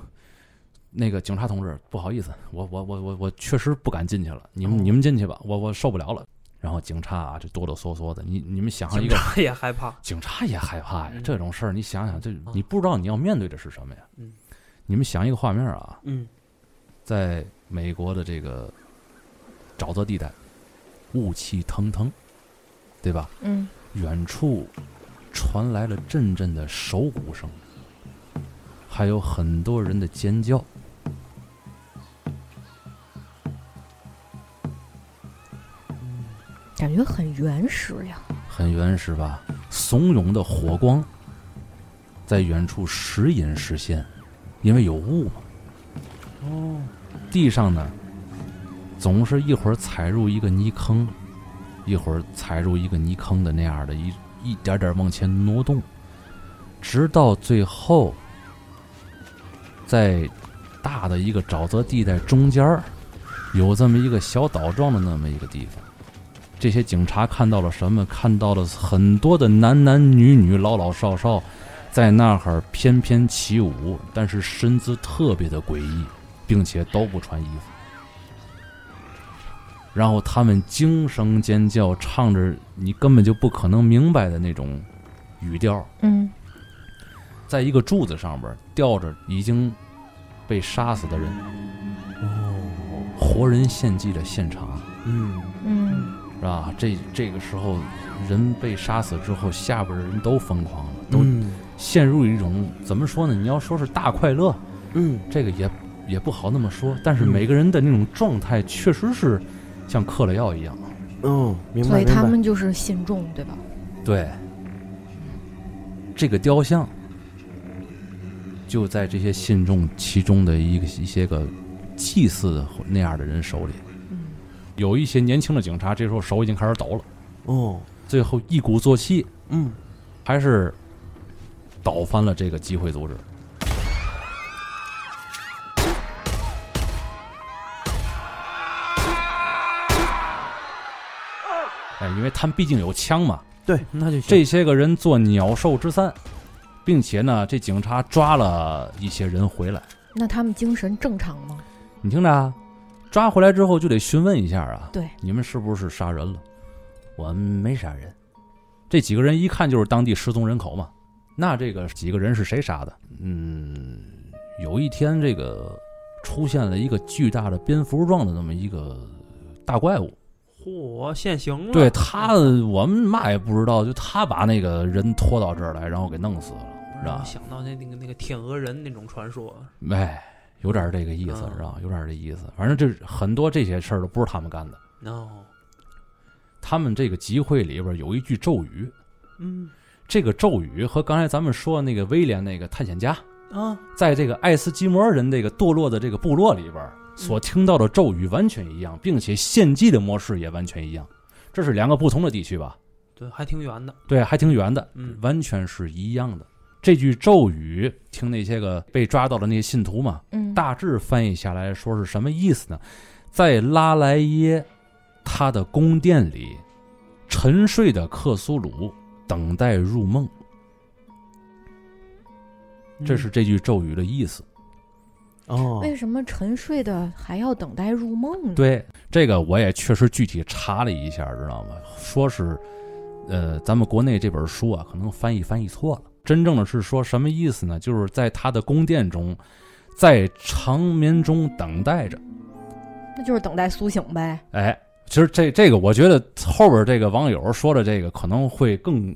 那个警察同志，不好意思，我我我我我确实不敢进去了，你哦们、你们进去吧，我我受不了了。然后警察啊，就哆哆嗦嗦的，你你们想象一警个，察也害怕， 警察也害怕呀，嗯这种事儿你想想，这啊你不知道你要面对的是什么呀？嗯你们想一个画面啊，嗯在美国的这个沼泽地带，雾气腾腾，对吧？嗯远处传来了阵阵的手鼓声，还有很多人的尖叫。感觉很原始呀。很原始吧？怂恿的火光在远处时隐时现，因为有雾嘛。哦，地上呢，总是一会儿踩入一个泥坑，一会儿踩入一个泥坑的那样的一一点点往前挪动，直到最后，在大的一个沼泽地带中间儿，有这么一个小岛状的那么一个地方。这些警察看到了什么？看到了很多的男男女女、老老少少，在那儿翩翩起舞，但是身姿特别的诡异，并且都不穿衣服。然后他们惊声尖叫，唱着你根本就不可能明白的那种语调，嗯在一个柱子上边吊着已经被杀死的人，哦，活人献祭的现场。嗯嗯是吧？这这个时候，人被杀死之后，下边的人都疯狂了，都嗯陷入一种怎么说呢？你要说是大快乐，嗯这个也也不好那么说。但是嗯每个人的那种状态，确实是像嗑了药一样。嗯，明所白以明他白，们就是信众，对吧？对，这个雕像就在这些信众其中的一个一些个祭祀那样的人手里。嗯有一些年轻的警察，这时候手已经开始抖了，哦，最后一鼓作气，嗯，还是倒翻了这个集会组织。哎，因为他们毕竟有枪嘛，那就行这些个人做鸟兽之散，并且呢，这警察抓了一些人回来。那他们精神正常吗？你听着啊，抓回来之后就得询问一下啊，对，你们是不是杀人了？我们没杀人。这几个人一看就是当地失踪人口嘛。那这个几个人是谁杀的？嗯，有一天这个出现了一个巨大的蝙蝠状的那么一个大怪物，嚯，现行了，对他，我们嘛也不知道，就他把那个人拖到这儿来，然后给弄死了，是让我吧？想到那那个那个天鹅人那种传说，哎，有点这个意思，嗯是吧？有点这意思。反正这很多这些事儿都不是他们干的。哦，他们这个集会里边有一句咒语，嗯这个咒语和刚才咱们说的那个威廉那个探险家啊，在这个爱斯基摩人这个堕落的这个部落里边儿，所听到的咒语完全一样，并且献祭的模式也完全一样。这是两个不同的地区吧？对，还挺远的，对，还挺远的，嗯完全是一样的。这句咒语，听那些个被抓到的那些信徒嘛，嗯，大致翻译下来说是什么意思呢？在拉莱耶他的宫殿里，沉睡的克苏鲁等待入梦，嗯这是这句咒语的意思。哦，为什么沉睡的还要等待入梦呢？对，这个我也确实具体查了一下，知道吗？说是，呃，咱们国内这本书啊，可能翻译翻译错了。真正的是说什么意思呢？就是在他的宫殿中，在长眠中等待着。那就是等待苏醒呗。哎，其实这这个，我觉得后边这个网友说的这个可能会更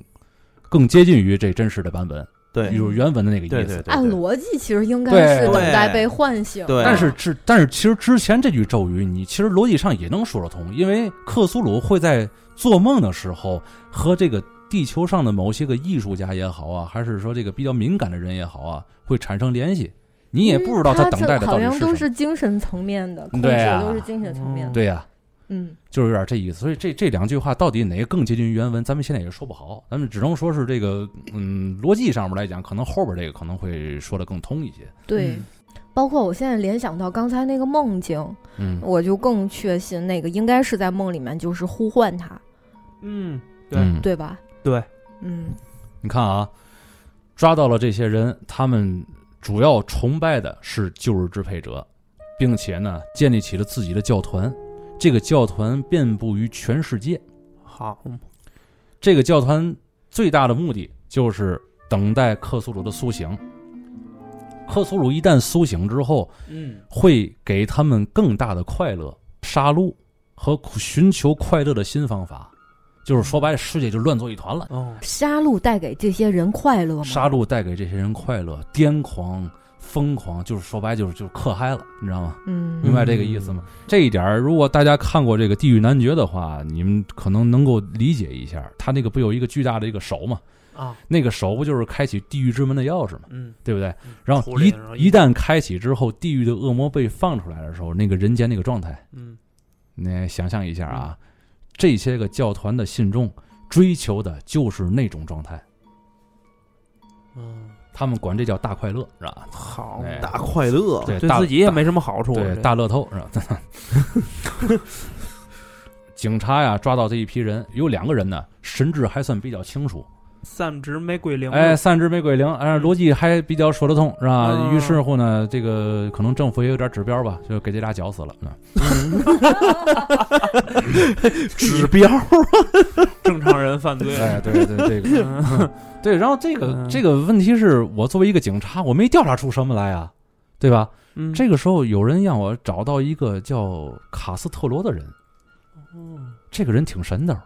更接近于这真实的版本，对就是原文的那个意思。对对对，按对逻辑，其实应该对是等待对被唤醒。对但是之啊但是其实之前这句咒语，你其实逻辑上也能说得通，因为克苏鲁会在做梦的时候和这个地球上的某些个艺术家也好啊，还是说这个比较敏感的人也好啊，会产生联系。你也不知道他等待的到嗯好底像是都什么。是精神层面的控制对啊，都是精神层面的。对呀、嗯，就是有点这意思。所以这这两句话到底哪个更接近于原文，咱们现在也说不好，咱们只能说是这个嗯逻辑上面来讲，可能后边这个可能会说的更通一些。对。包括我现在联想到刚才那个梦境，嗯，我就更确信那个应该是在梦里面，就是呼唤他，嗯，对，嗯对吧？对，嗯，你看啊，抓到了这些人，他们主要崇拜的是旧日支配者，并且呢，建立起了自己的教团。这个教团遍布于全世界。嗯好，嗯这个教团最大的目的就是等待克苏鲁的苏醒。克苏鲁一旦苏醒之后，嗯，会给他们更大的快乐、杀戮和寻求快乐的新方法。就是说白了，世界就乱作一团了。哦，杀戮带给这些人快乐吗？杀戮带给这些人快乐、癫狂、疯狂，就是说白就是就是嗑嗨了，你知道吗？嗯，明白这个意思吗？这一点儿，如果大家看过这个《地狱男爵》的话，你们可能能够理解一下，他那个不有一个巨大的一个手嘛？啊，那个手不就是开启地狱之门的钥匙嘛？嗯，对不对嗯？然出后来一的时候一旦开启之后，地狱的恶魔被放出来的时候，那个人间那个状态，嗯，你想象一下啊，这些个教团的信众追求的就是那种状态，嗯，他们管这叫大快乐，是吧？好，哎大快乐，对对大自己也没什么好处，对，这大乐透是吧？ 警察呀，抓到这一批人，有两个人呢，神志还算比较清楚，散值玫瑰灵，哎，，三只玫瑰灵，哎，逻辑还比较说得通，是吧？嗯于是乎呢，这个可能政府也有点指标吧，就给这俩绞死了。嗯指标正常人犯罪，哎，对对，这个嗯对，然后这个嗯这个问题是我作为一个警察，我没调查出什么来啊，对吧？ 嗯，这个时候有人让我找到一个叫卡斯特罗的人，嗯这个人挺神的，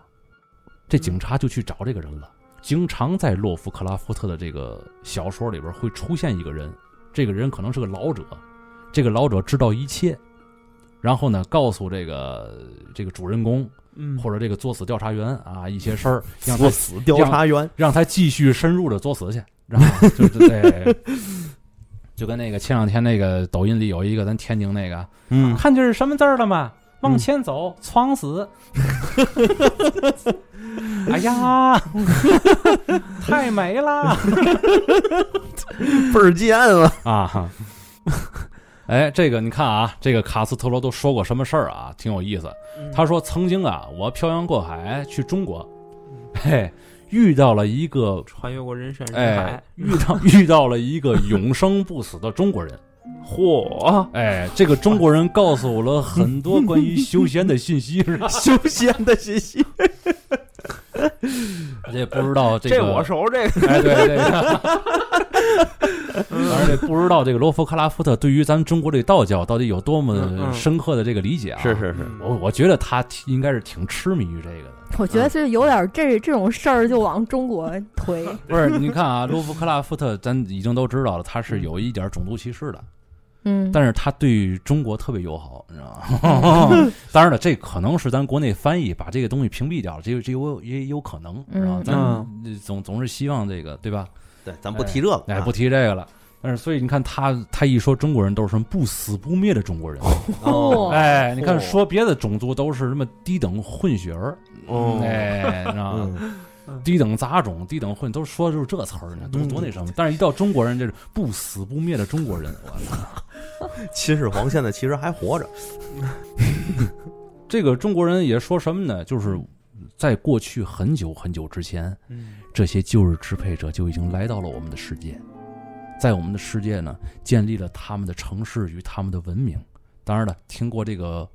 这警察就去找这个人嗯了。经常在洛夫克拉夫特的这个小说里边会出现一个人，这个人可能是个老者，这个老者知道一切，然后呢告诉这个这个主人公嗯，或者这个作死调查员啊一些事 儿，让他作死调查员，让他继续深入的作死去，然 后就就对，就跟那个前两天那个抖音里有一个咱天津那个，嗯，看见是什么字儿了吗？往前走，闯死！嗯哎 呀，太美了倍儿贱 啊，啊！哈哎，这个你看啊，这个卡斯特罗都说过什么事儿啊？挺有意思。嗯他说曾经啊，我漂洋过海去中国，嘿，遇到了一个穿越过人山人哎海，，遇到遇到了一个永生不死的中国人。 嚯，哎，这个中国人告诉我了很多关于修仙的信息，是吧？ 休闲的信息，而且不知道这个，这我熟，这个哎，对 对。对反正这不知道这个罗夫克拉夫特对于咱们中国这道教到底有多嗯么嗯深刻的这个理解啊？，是，我我觉得他挺应该是挺痴迷于这个的。我觉得是有点这这种事儿就往中国 推，不是，你看啊，罗夫克拉夫特咱已经都知道了，他是有一点种族歧视的，嗯，但是他对中国特别友好，你知道 吗？当然了，这可能是咱国内翻译把这个东西屏蔽掉了，这这有也有可能，嗯然后咱嗯呃总总是希望这个对吧？对，咱不提这个，哎，啊不，提这个了。但是所以你看他他一说中国人都是什么不死不灭的中国人，哦哎，你看哦说别的种族都是什么低等混血儿，哦哎，你知道吗？嗯低等杂种、低等混，都说就是这词儿呢，多嗯多那什么。但是，一到中国人，这是不死不灭的中国人。我操！秦始皇现在其实还活着，这个中国人也说什么呢？就是在过去很久很久之前，嗯这些旧日支配者就已经来到了我们的世界，在我们的世界呢，建立了他们的城市与他们的文明。当然了，听过这个《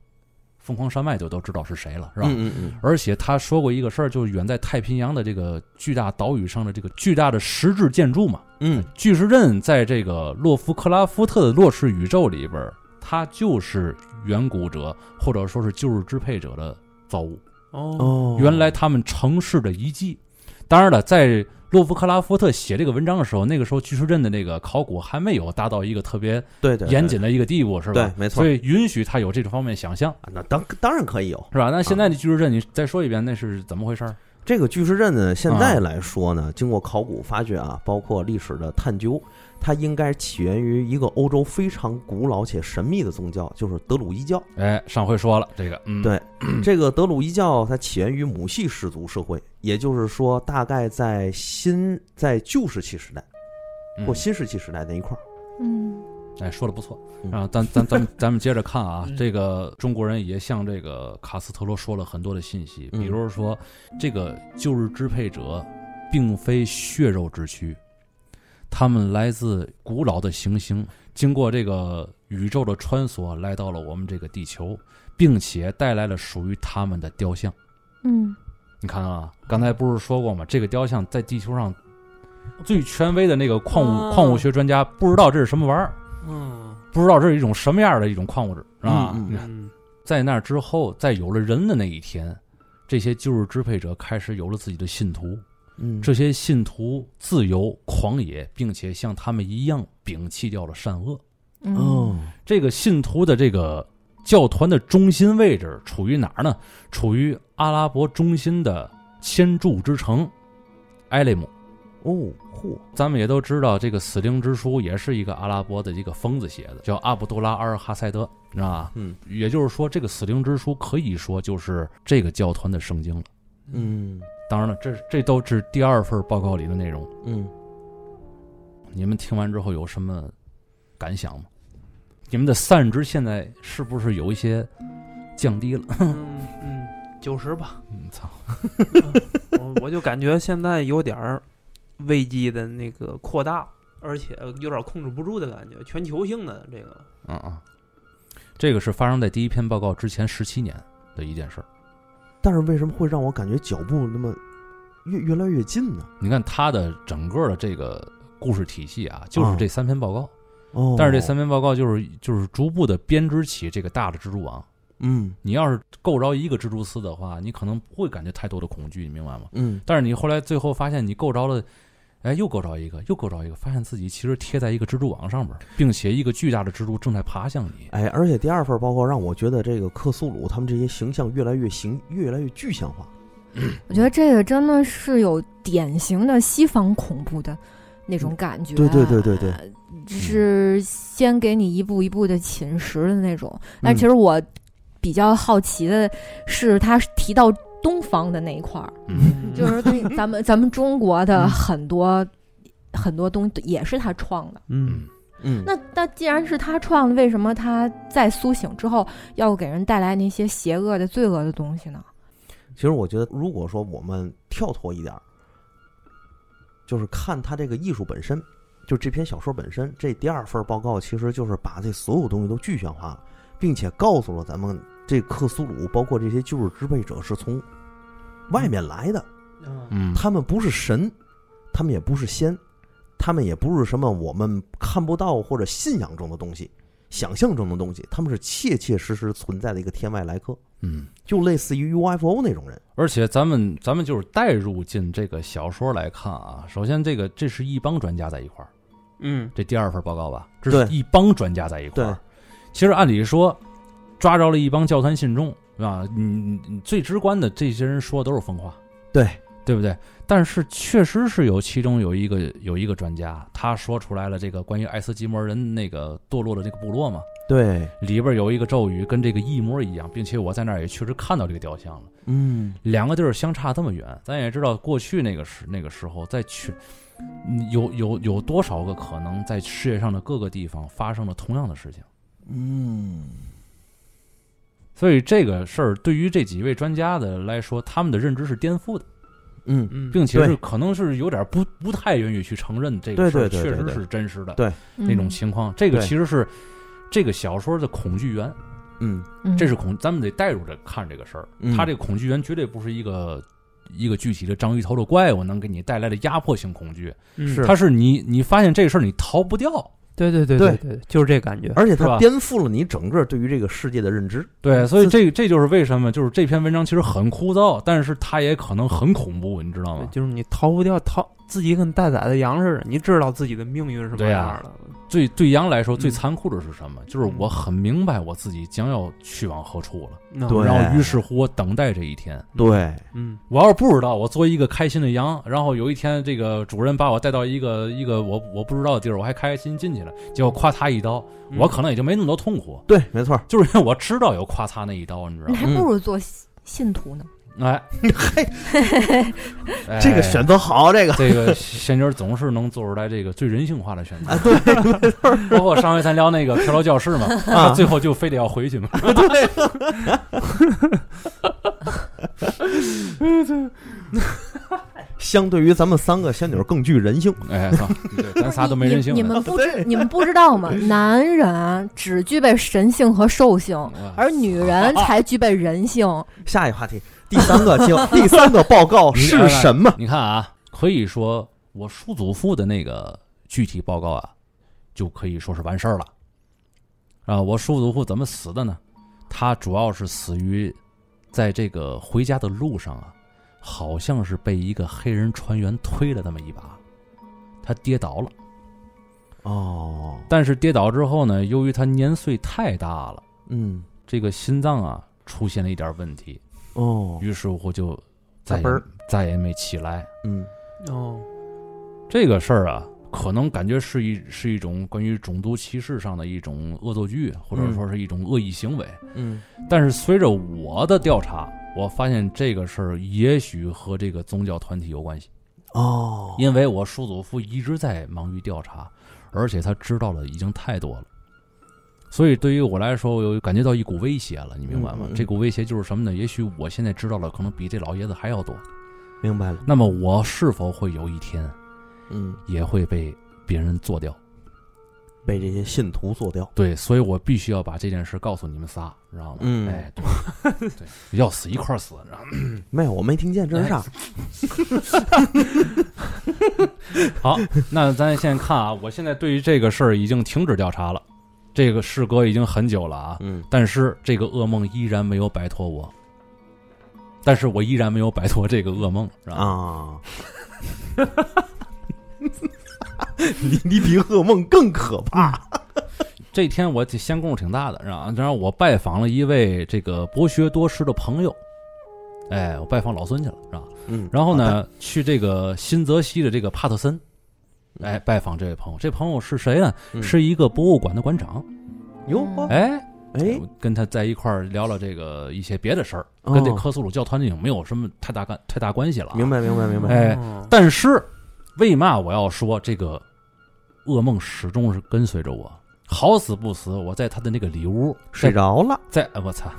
疯狂山脉》就都知道是谁了，是吧？嗯嗯而且他说过一个事儿，就是远在太平洋的这个巨大岛屿上的这个巨大的石质建筑嘛，嗯巨石阵在这个洛夫克拉夫特的洛氏宇宙里边儿，它就是远古者或者说是旧日支配者的造物，嗯哦哦，原来他们城市的遗迹。当然了，在洛夫克拉夫特写这个文章的时候，那个时候巨石阵的那个考古还没有达到一个特别对对对严谨的一个地步，是吧？对没错所以允许他有这种方面想象，啊那当当然可以有是吧？那现在的巨石阵，你再说一遍，那是怎么回事儿？这个巨石阵呢，现啊在来说呢，经过考古发掘啊，包括历史的探究，它应该起源于一个欧洲非常古老且神秘的宗教，就是德鲁伊教。哎，上回说了这个，嗯，对这个德鲁伊教它起源于母系氏族社会，也就是说，大概在新在旧石器时代嗯或新石器时代那一块儿。嗯哎，说的不错。嗯然后咱咱咱们咱们接着看啊，嗯这个中国人也向这个卡斯特罗说了很多的信息，嗯比如说这个旧日支配者并非血肉之躯，他们来自古老的行星，经过这个宇宙的穿梭，来到了我们这个地球，并且带来了属于他们的雕像。嗯你看啊，刚才不是说过吗？这个雕像在地球上最权威的那个矿物、哦矿物学专家不知道这是什么玩意儿，嗯不知道这是一种什么样的一种矿物质啊。嗯嗯你看嗯在那之后，在有了人的那一天，这些旧日支配者开始有了自己的信徒，嗯这些信徒自由狂野，并且像他们一样摒弃掉了善恶。哦嗯，这个信徒的这个教团的中心位置处于哪儿呢？处于阿拉伯中心的先住之城埃雷姆。哦嚯咱们也都知道，这个《死灵之书》也是一个阿拉伯的一个疯子写的，叫阿卜杜拉·阿尔哈塞德，你知道吧？嗯也就是说，这个《死灵之书》可以说就是这个教团的圣经了。嗯当然了，这这都是第二份报告里的内容。嗯你们听完之后有什么感想吗？你们的散值现在是不是有一些降低了？嗯嗯，九十吧， 嗯，操！我我就感觉现在有点儿危机的那个扩大，而且有点儿控制不住的感觉，全球性的这个，嗯啊，这个是发生在第一篇报告之前十七年的一件事儿。但是为什么会让我感觉脚步那么越越来越近呢？你看他的整个的这个故事体系啊，就是这三篇报告，哦，但是这三篇报告就是就是逐步的编织起这个大的蜘蛛网。嗯你要是够着一个蜘蛛丝的话，你可能不会感觉太多的恐惧，你明白吗？嗯但是你后来最后发现，你够着了，哎，又够着一个，又够着一个，发现自己其实贴在一个蜘蛛网上边儿，并且一个巨大的蜘蛛正在爬向你。哎，而且第二份报告让我觉得这个克苏鲁他们这些形象越来越形越来越具象化。我觉得这个真的是有典型的西方恐怖的那种感觉。嗯啊对对对对对，是先给你一步一步的侵蚀的那种。嗯但其实我比较好奇的是，他提到东方的那一块儿，嗯，就是跟咱 们咱们中国的嗯很多。很多东西也是他创的，嗯嗯，那那既然是他创的，为什么他在苏醒之后要给人带来那些邪恶的、罪恶的东西呢？其实我觉得，如果说我们跳脱一点儿，就是看他这个艺术本身，就这篇小说本身，这第二份报告其实就是把这所有东西都具象化了，并且告诉了咱们这克苏鲁，包括这些旧日支配者是从外面来的，嗯嗯，他们不是神，他们也不是仙，他们也不是什么我们看不到或者信仰中的东西、想象中的东西，他们是切切实实存在的一个天外来客，嗯。就类似于 UFO 那种人。而且咱们咱们就是带入进这个小说来看啊，首先这个这是一帮专家在一块儿，嗯这第二份报告吧，这是对一帮专家在一块儿。其实按理说，抓着了一帮教团信众啊，你你你最直观的这些人说的都是疯话，对，对不对？但是确实是有其中有一个有一个专家，他说出来了这个关于爱斯基摩人那个堕落的那个部落嘛，对，里边有一个咒语跟这个一模一样，并且我在那儿也确实看到这个雕像了。嗯，两个地儿相差这么远，咱也知道过去那个时那个时候，在去嗯有有有多少个可能在世界上的各个地方发生了同样的事情。嗯，所以这个事儿对于这几位专家的来说，他们的认知是颠覆的，嗯，嗯，并且是对可能是有点不不太愿意去承认这个对事儿对对确对实对是真实的对那种情，情况。这个对其实是这个小说的恐惧源，嗯，嗯这是恐，咱们得带入着看这个事儿。嗯他这个恐惧源绝对不是一个一个具体的章鱼头的怪物能给你带来的压迫性恐惧，嗯是它是你你发现这个事儿你逃不掉。对对对对对，就是这感觉。而且是吧它颠覆了你整个对于这个世界的认知。对，所以嗯是这这就是为什么就是这篇文章其实很枯燥，但是它也可能很恐怖，你知道吗？就是你逃不掉，逃自己跟待宰的羊似的，你知道自己的命运是什么对呀样的了。对对羊来说最嗯残酷的是什么？就是我很明白我自己将要去往何处了，那对然后于是乎我等待这一天。对，嗯，我要是不知道，我作为一个开心的羊，然后有一天这个主人把我带到一个一个我我不知道的地儿，我还开开心心进去了，结果咵嚓一刀，嗯我可能也就没那么多痛苦，对，没错儿。就是因为我知道有咵嚓那一刀，你知道你吗？还不如做信信徒呢。哎， 嘿，这个选择好，这个这个仙女儿总是能做出来这个最人性化的选择啊，，对，没错儿包括上回咱聊那个漂流教室嘛，他啊，最后就非得要回去嘛。 相对于咱们三个仙女儿更具人性。哎， 操，对咱仨都没人性啊你了。们不对知你们不知道 吗？男人只具备神性和兽性，嗯而女啊人才具备人性。下一话题，第三个 经，第三个报告你是什么？你看啊，可以说我叔祖父的那个具体报告啊，就可以说是完事儿了。啊，我叔祖父怎么死的呢？他主要是死于在这个回家的路上啊，好像是被一个黑人船员推了那么一把，他跌倒了。哦，但是跌倒之后呢，由于他年岁太大了，嗯，这个心脏啊出现了一点问题，哦，于是乎就再也打啵儿再也没起来。嗯，哦，这个事儿啊，可能感觉是一是一种关于种族歧视上的一种恶作剧，或者说是一种恶意行为。嗯，但是随着我的调查，我发现这个事儿也许和这个宗教团体有关系，哦，因为我叔祖父一直在忙于调查，而且他知道的已经太多了。所以对于我来说，我有感觉到一股威胁了，你明白吗？嗯嗯嗯这股威胁就是什么呢？也许我现在知道了，可能比这老爷子还要多。明白了，那么我是否会有一天嗯，也会被别人做掉？被这些信徒做掉。对，所以我必须要把这件事告诉你们仨，知道吗？嗯哎，对，对，要死一块儿死，知道吗？ 没有，我没听见，这是啥？好，那咱现在看啊，我现在对于这个事儿已经停止调查了，这个事隔已经很久了啊，嗯，但是这个噩梦依然没有摆脱我，但是我依然没有摆脱这个噩梦，知道吗？啊， 你你比噩梦更可哦怕。这天我相公挺大的，然后然后我拜访了一位这个博学多识的朋友，哎，我拜访老孙去了，是吧？嗯，然后好的？呢，去这个新泽西的这个帕特森，哎，拜访这位朋友。这朋友是谁啊？嗯是一个博物馆的馆长。哟，嗯哎，哎我，跟他在一块儿聊聊这个一些别的事儿，哦跟这科苏鲁教团已经没有什么太大干太大关系了啊。明白，明嗯白，明白。哎哦但是，为嘛我要说这个噩梦始终是跟随着我？好死不死，我在他的那个里屋，睡着了，在呃我操，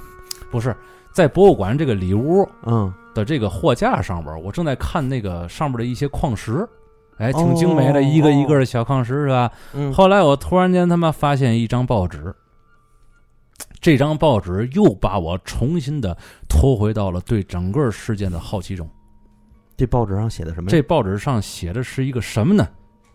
不是在博物馆这个里屋，嗯，的这个货架上边儿，我正在看那个上面的一些矿石，哎，挺精美的，哦一个一个的小矿石是吧？嗯，后来我突然间他妈发现一张报纸，这张报纸又把我重新的拖回到了对整个事件的好奇中。这报纸上写的什么呀？这报纸上写的是一个什么呢？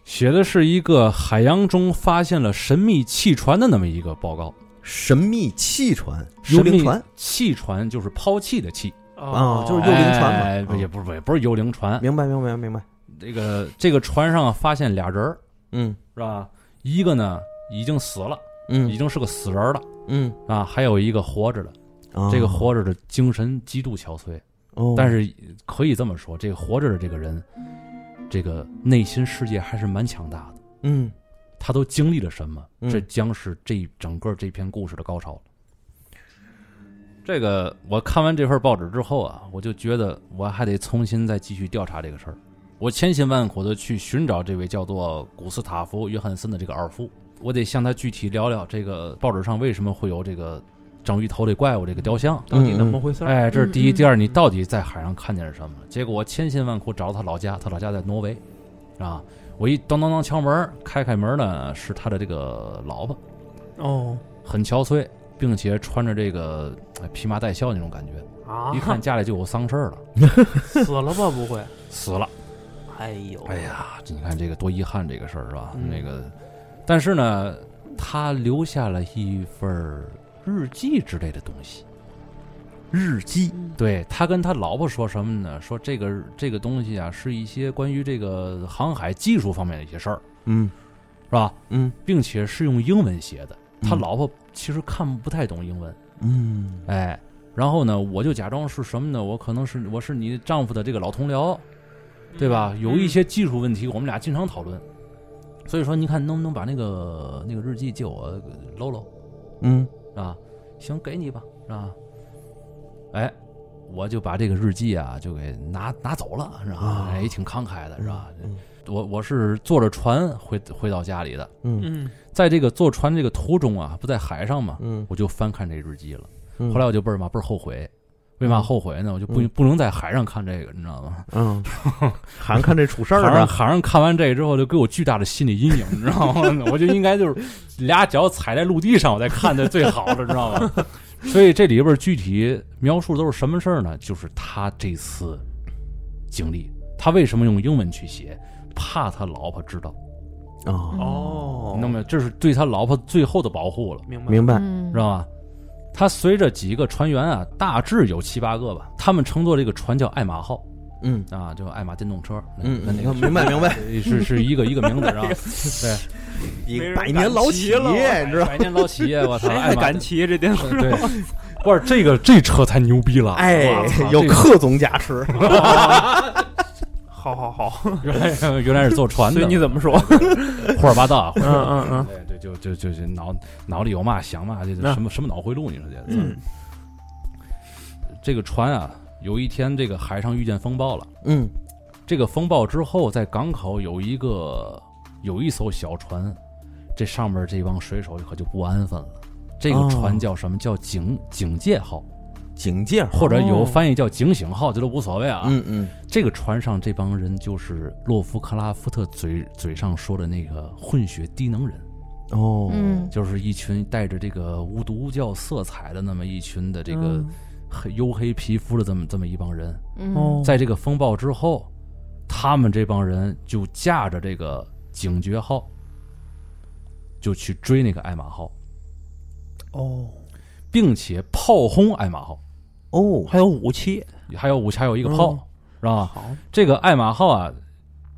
写的是一个海洋中发现了神秘气船的那么一个报告。神秘汽船、幽灵船神秘气船就是抛弃的弃，哦啊就是幽灵船嘛哎嗯也不是也不是幽灵船，明白，明白，明白。这个这个船上发现俩人儿，嗯是吧？一个呢已经死了，已嗯经是个死人儿了嗯，啊，还有一个活着的。啊这个活着的精神极度憔悴，哦但是是可以这么说，这个活着的这个人，这个内心世界还是蛮强大的。嗯，他都经历了什么？嗯这将是这整个这篇故事的高潮了。这个我看完这份报纸之后啊，我就觉得我还得重新再继续调查这个事儿。我千辛万苦的去寻找这位叫做古斯塔夫·约翰森的这个奥尔夫，我得向他具体聊聊这个报纸上为什么会有这个章鱼头的怪物这个雕像。到底怎么回事儿？哎，这是第一。嗯嗯第二，你到底在海上看见了什么？结果我千辛万苦找到他老家，他老家在挪威，啊，我一当当当敲门，开开门呢是他的这个老婆，哦很憔悴，并且穿着这个哎披麻戴孝那种感觉，啊，一看家里就有丧事儿了，死了吧？不会，死了。哎呦，哎，呀，这你看这个多遗憾这个事儿是吧？嗯那个，但是呢，他留下了一份儿日记之类的东西。日记对他跟他老婆说什么呢？说这个这个东西啊，是一些关于这个航海技术方面的一些事儿，嗯是吧？嗯，并且是用英文写的。他嗯老婆其实看不太懂英文，嗯哎，然后呢，我就假装是什么呢？我可能是我是你丈夫的这个老同僚，对吧？有一些技术问题，我们俩经常讨论。所以说，你看能不能把那个那个日记借我呃搂搂？嗯啊，行，给你吧，啊，哎，我就把这个日记啊就给拿拿走了，是吧啊？哎，也挺慷慨的，是吧？嗯我我是坐着船回回到家里的，嗯嗯，在这个坐船这个途中啊，不在海上嘛，嗯我就翻看这日记了。嗯，后来我就倍儿嘛倍儿后悔，为嘛嗯后悔呢？我就不嗯不能在海上看这个，你知道吗？ 嗯，还看这出事儿海上了，海上看完这个之后，就给我巨大的心理阴影，你知道吗？ 我就应该就是俩脚踩在陆地上，我再看的最好了，知道 吗？所以这里边具体描述都是什么事儿呢？就是他这次经历，他为什么用英文去写，怕他老婆知道，啊，哦，那么这是对他老婆最后的保护了，明白明白，嗯知，道吗？他随着几个船员啊，大致有七八个吧，他们乘坐这个船叫爱玛号嗯啊，就爱玛电动车，嗯，哎跟那个嗯明白 明白，是是一个一个名 字，然后对。一没人个敢百年老企骑了业，你知道吗？百年老企业，我操，谁爱哎还玛敢骑这电动车？对，不是这个这车才牛逼了， 哎我操，有这个克总 加持，好好好，原来原来是坐船所的，以你怎么说？胡说八道啊，胡嗯说八道嗯嗯，对对，就就就就脑脑里有嘛想嘛，这这那什么什么脑回路，你说这嗯，这个船啊，有一天这个海上遇见风暴了，嗯这个风暴之后，在港口有一个有一艘小船，这上面这帮水手可就不安分了。这个哦船叫什么？叫警警戒号，警戒，或者有哦翻译叫警醒号，这都无所谓啊。嗯嗯这个船上这帮人就是洛夫克拉夫特嘴嘴上说的那个混血低能人，哦，嗯，就是一群带着这个巫毒巫教色彩的那么一群的这个嗯黑黝黑皮肤的这么这么一帮人，嗯哦，在这个风暴之后，他们这帮人就驾着这个警觉号，就去追那个艾玛号，哦，并且炮轰艾玛号，哦，还有武器，还有武器还有一个炮，嗯是吧？啊好，这个艾玛号啊，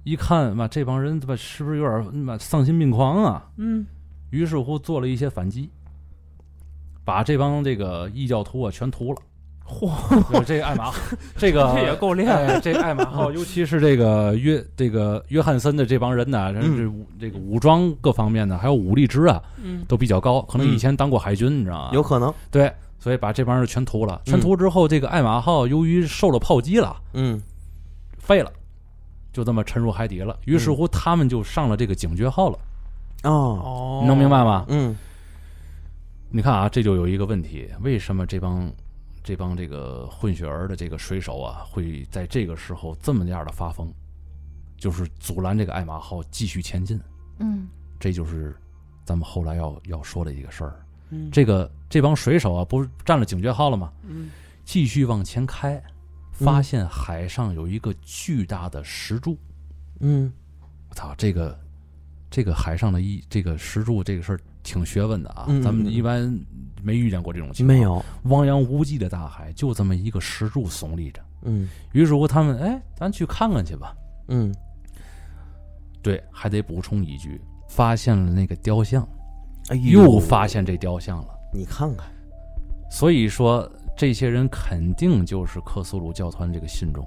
一看嘛，这帮人他妈是不是有点儿妈丧心病狂啊？嗯，于是乎做了一些反击，把这帮这个异教徒啊全屠了。嚯！就是这个艾玛，这个 这也够厉害哎这个艾 玛号，尤其是这个约这个约翰森的这帮人呢，这嗯这武这个武装各方面呢，还有武力值啊，嗯，都比较高，可能嗯以前当过海军，你知道吗？有可能，对，所以把这帮人全屠了。全屠之后，这个艾玛号由于受了炮击了，嗯废了，就这么沉入海底了。于是乎，他们就上了这个警觉号了，哦，哦，你能明白？吗？嗯你看啊，这就有一个问题，为什么这帮这帮这个混血儿的这个水手啊，会在这个时候这么样的发疯，就是阻拦这个艾玛号继续前进？嗯这就是咱们后来要要说的一个事儿。嗯这个这帮水手啊，不是占了警觉号了吗？嗯，继续往前开，发嗯现海上有一个巨大的石柱。嗯，我操，这个这个海上的一这个石柱这个事儿挺学问的啊，嗯咱们嗯一般没遇见过这种情况。没，有，汪洋无际的大海，就这么一个石柱耸立着。嗯于是乎，他们哎，咱去看看去吧。嗯，对，还得补充一句，发现了那个雕像，哎呦又发现这雕像了。你看看，所以说，这些人肯定就是克苏鲁教团这个信众。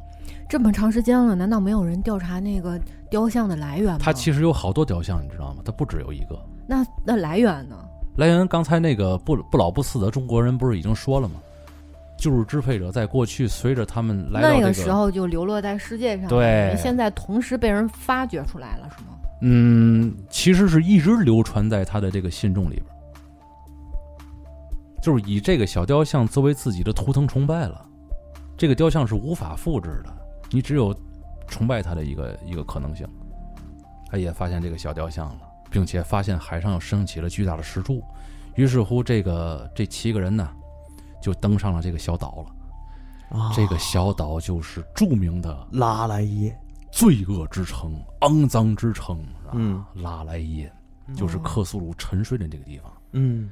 这么长时间了，难道没有人调查那个雕像的来源吗？它其实有好多雕像，你知道吗？它不只有一个。那那来源呢？来源刚才那个不不老不死的中国人不是已经说了吗？就是支配者在过去随着他们来到、这那个时候就流落在世界上了，对现在同时被人发掘出来了，是吗？嗯，其实是一直流传在他的这个信众里边儿，就是以这个小雕像作为自己的图腾崇拜了。这个雕像是无法复制的，你只有崇拜它的一个一个可能性。他也发现这个小雕像了，并且发现海上又升起了巨大的石柱，于是乎，这个这七个人呢，就登上了这个小岛了。啊这个小岛就是著名的拉莱耶，罪恶之城、肮脏之城，啊嗯拉莱耶嗯就是克苏鲁沉睡的这个地方。嗯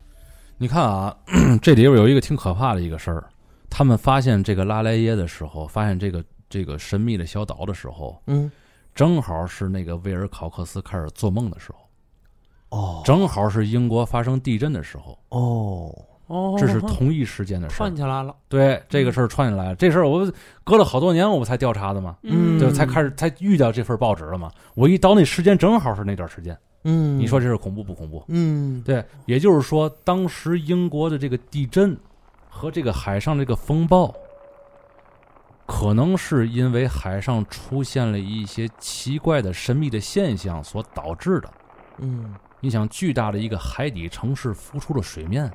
你看啊， 这里边有一个挺可怕的一个事儿，他们发现这个拉莱耶的时候，发现这个这个神秘的小岛的时候，嗯，正好是那个威尔考克斯开始做梦的时候，哦正好是英国发生地震的时候，哦，哦，这是同一时间的事儿串。起来了，对这个事儿串起来了，这事儿我隔了好多年我们才调查的嘛，嗯对，才开始才遇到这份报纸了嘛。我一到那时间正好是那段时间，嗯，你说这事儿恐怖不恐怖？嗯对，也就是说，当时英国的这个地震和这个海上这个风暴，可能是因为海上出现了一些奇怪的、神秘的现象所导致的。嗯你想，巨大的一个海底城市浮出了水面，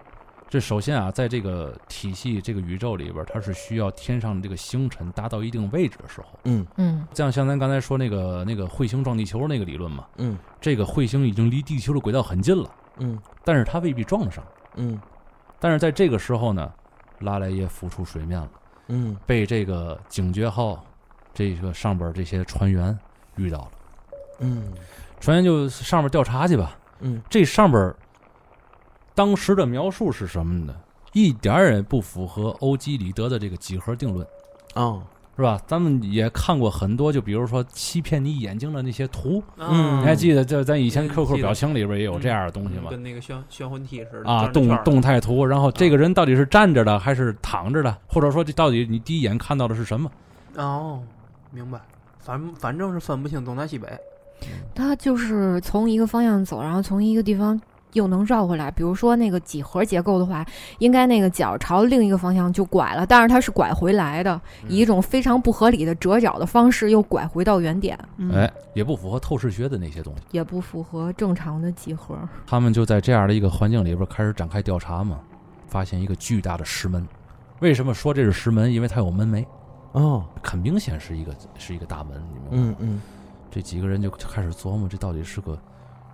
这首先啊，在这个体系、这个宇宙里边儿，它是需要天上的这个星辰达到一定位置的时候，嗯嗯，这样像咱刚才说那个那个彗星撞地球那个理论嘛，嗯这个彗星已经离地球的轨道很近了，嗯但是它未必撞得上。嗯但是在这个时候呢，拉莱耶浮出水面了，嗯被这个警觉号这个上边这些船员遇到了，嗯船员就上边调查去吧。嗯这上边当时的描述是什么呢？一点儿也不符合欧几里得的这个几何定论，啊，是吧？咱们也看过很多，就比如说欺骗你眼睛的那些图，嗯你还记得就咱以前嗯 QQ 记得表情里边也有这样的东西嗯吗？跟那个炫炫魂梯似的啊，转着动圈儿啊动态图，然后这个人到底是站着的还是躺着的，或者说这到底你第一眼看到的是什么？哦，明白。反反正是分不清东南西北，它就是从一个方向走，然后从一个地方又能绕回来。比如说那个几何结构的话，应该那个角朝另一个方向就拐了，但是它是拐回来的，嗯以一种非常不合理的折角的方式又拐回到原点，哎，也不符合透视学的那些东西。也不符合正常的几何。他们就在这样的一个环境里边开始展开调查嘛，发现一个巨大的石门。为什么说这是石门？因为它有门楣，哦，很明显是一个是一个大门。你明白吗？嗯嗯这几个人就开始琢磨，这到底是个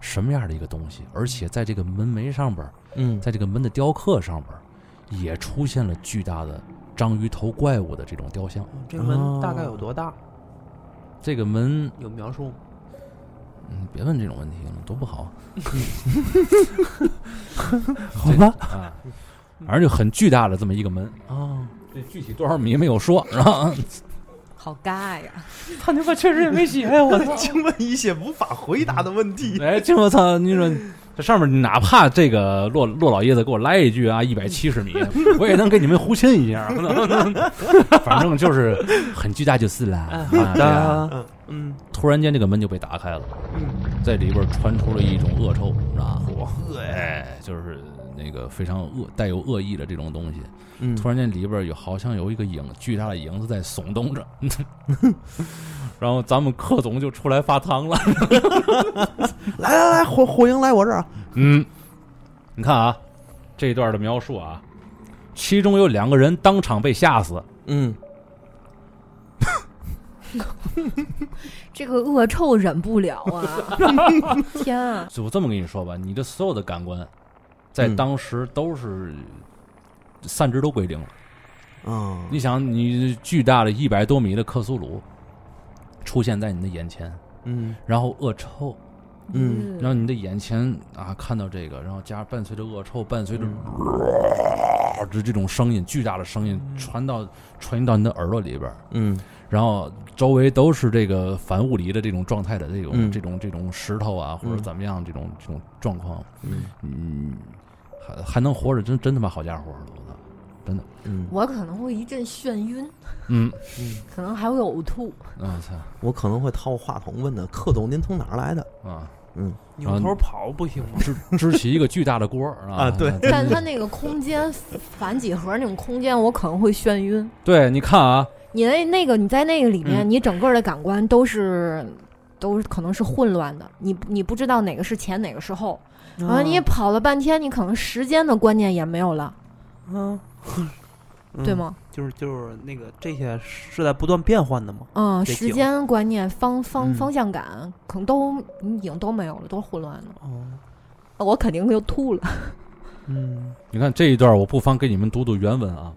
什么样的一个东西？而且在这个门楣上边，嗯，在这个门的雕刻上边，也出现了巨大的章鱼头怪物的这种雕像。哦这门大概有多大？这个门，有描述吗？嗯，别问这种问题了，多不好。 好吧，啊，反正就很巨大的这么一个门，哦，这具体多少米没有 说，然后好尬呀！他那块确实也没写呀， 我请问一些无法回答的问题。哎，这我操！你说这上面哪怕这个骆骆老爷子给我来一句啊，一百七 十米，我也能给你们胡沁一 下。反正就是很巨大就是了。啊对啊哒，嗯突然间这个门就被打开了，嗯，在里边传出了一种恶臭，是吧？哎，就是那个非常恶带有恶意的这种东西。嗯突然间里边有好像有一个影，巨大的影子在耸动着， 然后咱们柯总就出来发糖了。来来来，火火影来我这儿啊。嗯，你看啊，这一段的描述啊，其中有两个人当场被吓死，嗯这个恶臭忍不了啊！天啊！就我这么跟你说吧，你的所有的感官，在嗯当时都是散值都归零了。啊，你想，你巨大的一百多米的克苏鲁出现在你的眼前，嗯然后恶臭，嗯然后你的眼前啊看到这个，然后加伴随着恶臭，伴随嗯着这这种声音，巨大的声嗯音传到传到你的耳朵里边儿，嗯然后周围都是这个反物理的这种状态的这种、嗯这种这种石头啊，或者嗯怎么样这种这种状况，嗯嗯，还还能活着，真真他妈好家伙了，我操！真的。嗯，我可能会一阵眩晕，嗯，可能还会呕吐。我操我可能会掏话筒问他蝌蚪您从哪儿来的？啊！嗯，扭头跑不行吗？支支起一个巨大的锅儿啊！啊对真的但它那个空间反几何那种空间，我可能会眩晕。对，你看啊，你那那个你在那个里面，嗯你整个的感官都是都可能是混乱的，你你不知道哪个是前哪个是后，啊然啊后你哦也跑了半天，你可能时间的观念也没有了，嗯，嗯对？吗？就是就是那个这些是在不断变换的嘛。嗯，这时景间观念、方方嗯方向感可能都已经都没有了，都混乱了。哦，我肯定就吐了。嗯你看这一段，我不妨给你们读读原文啊。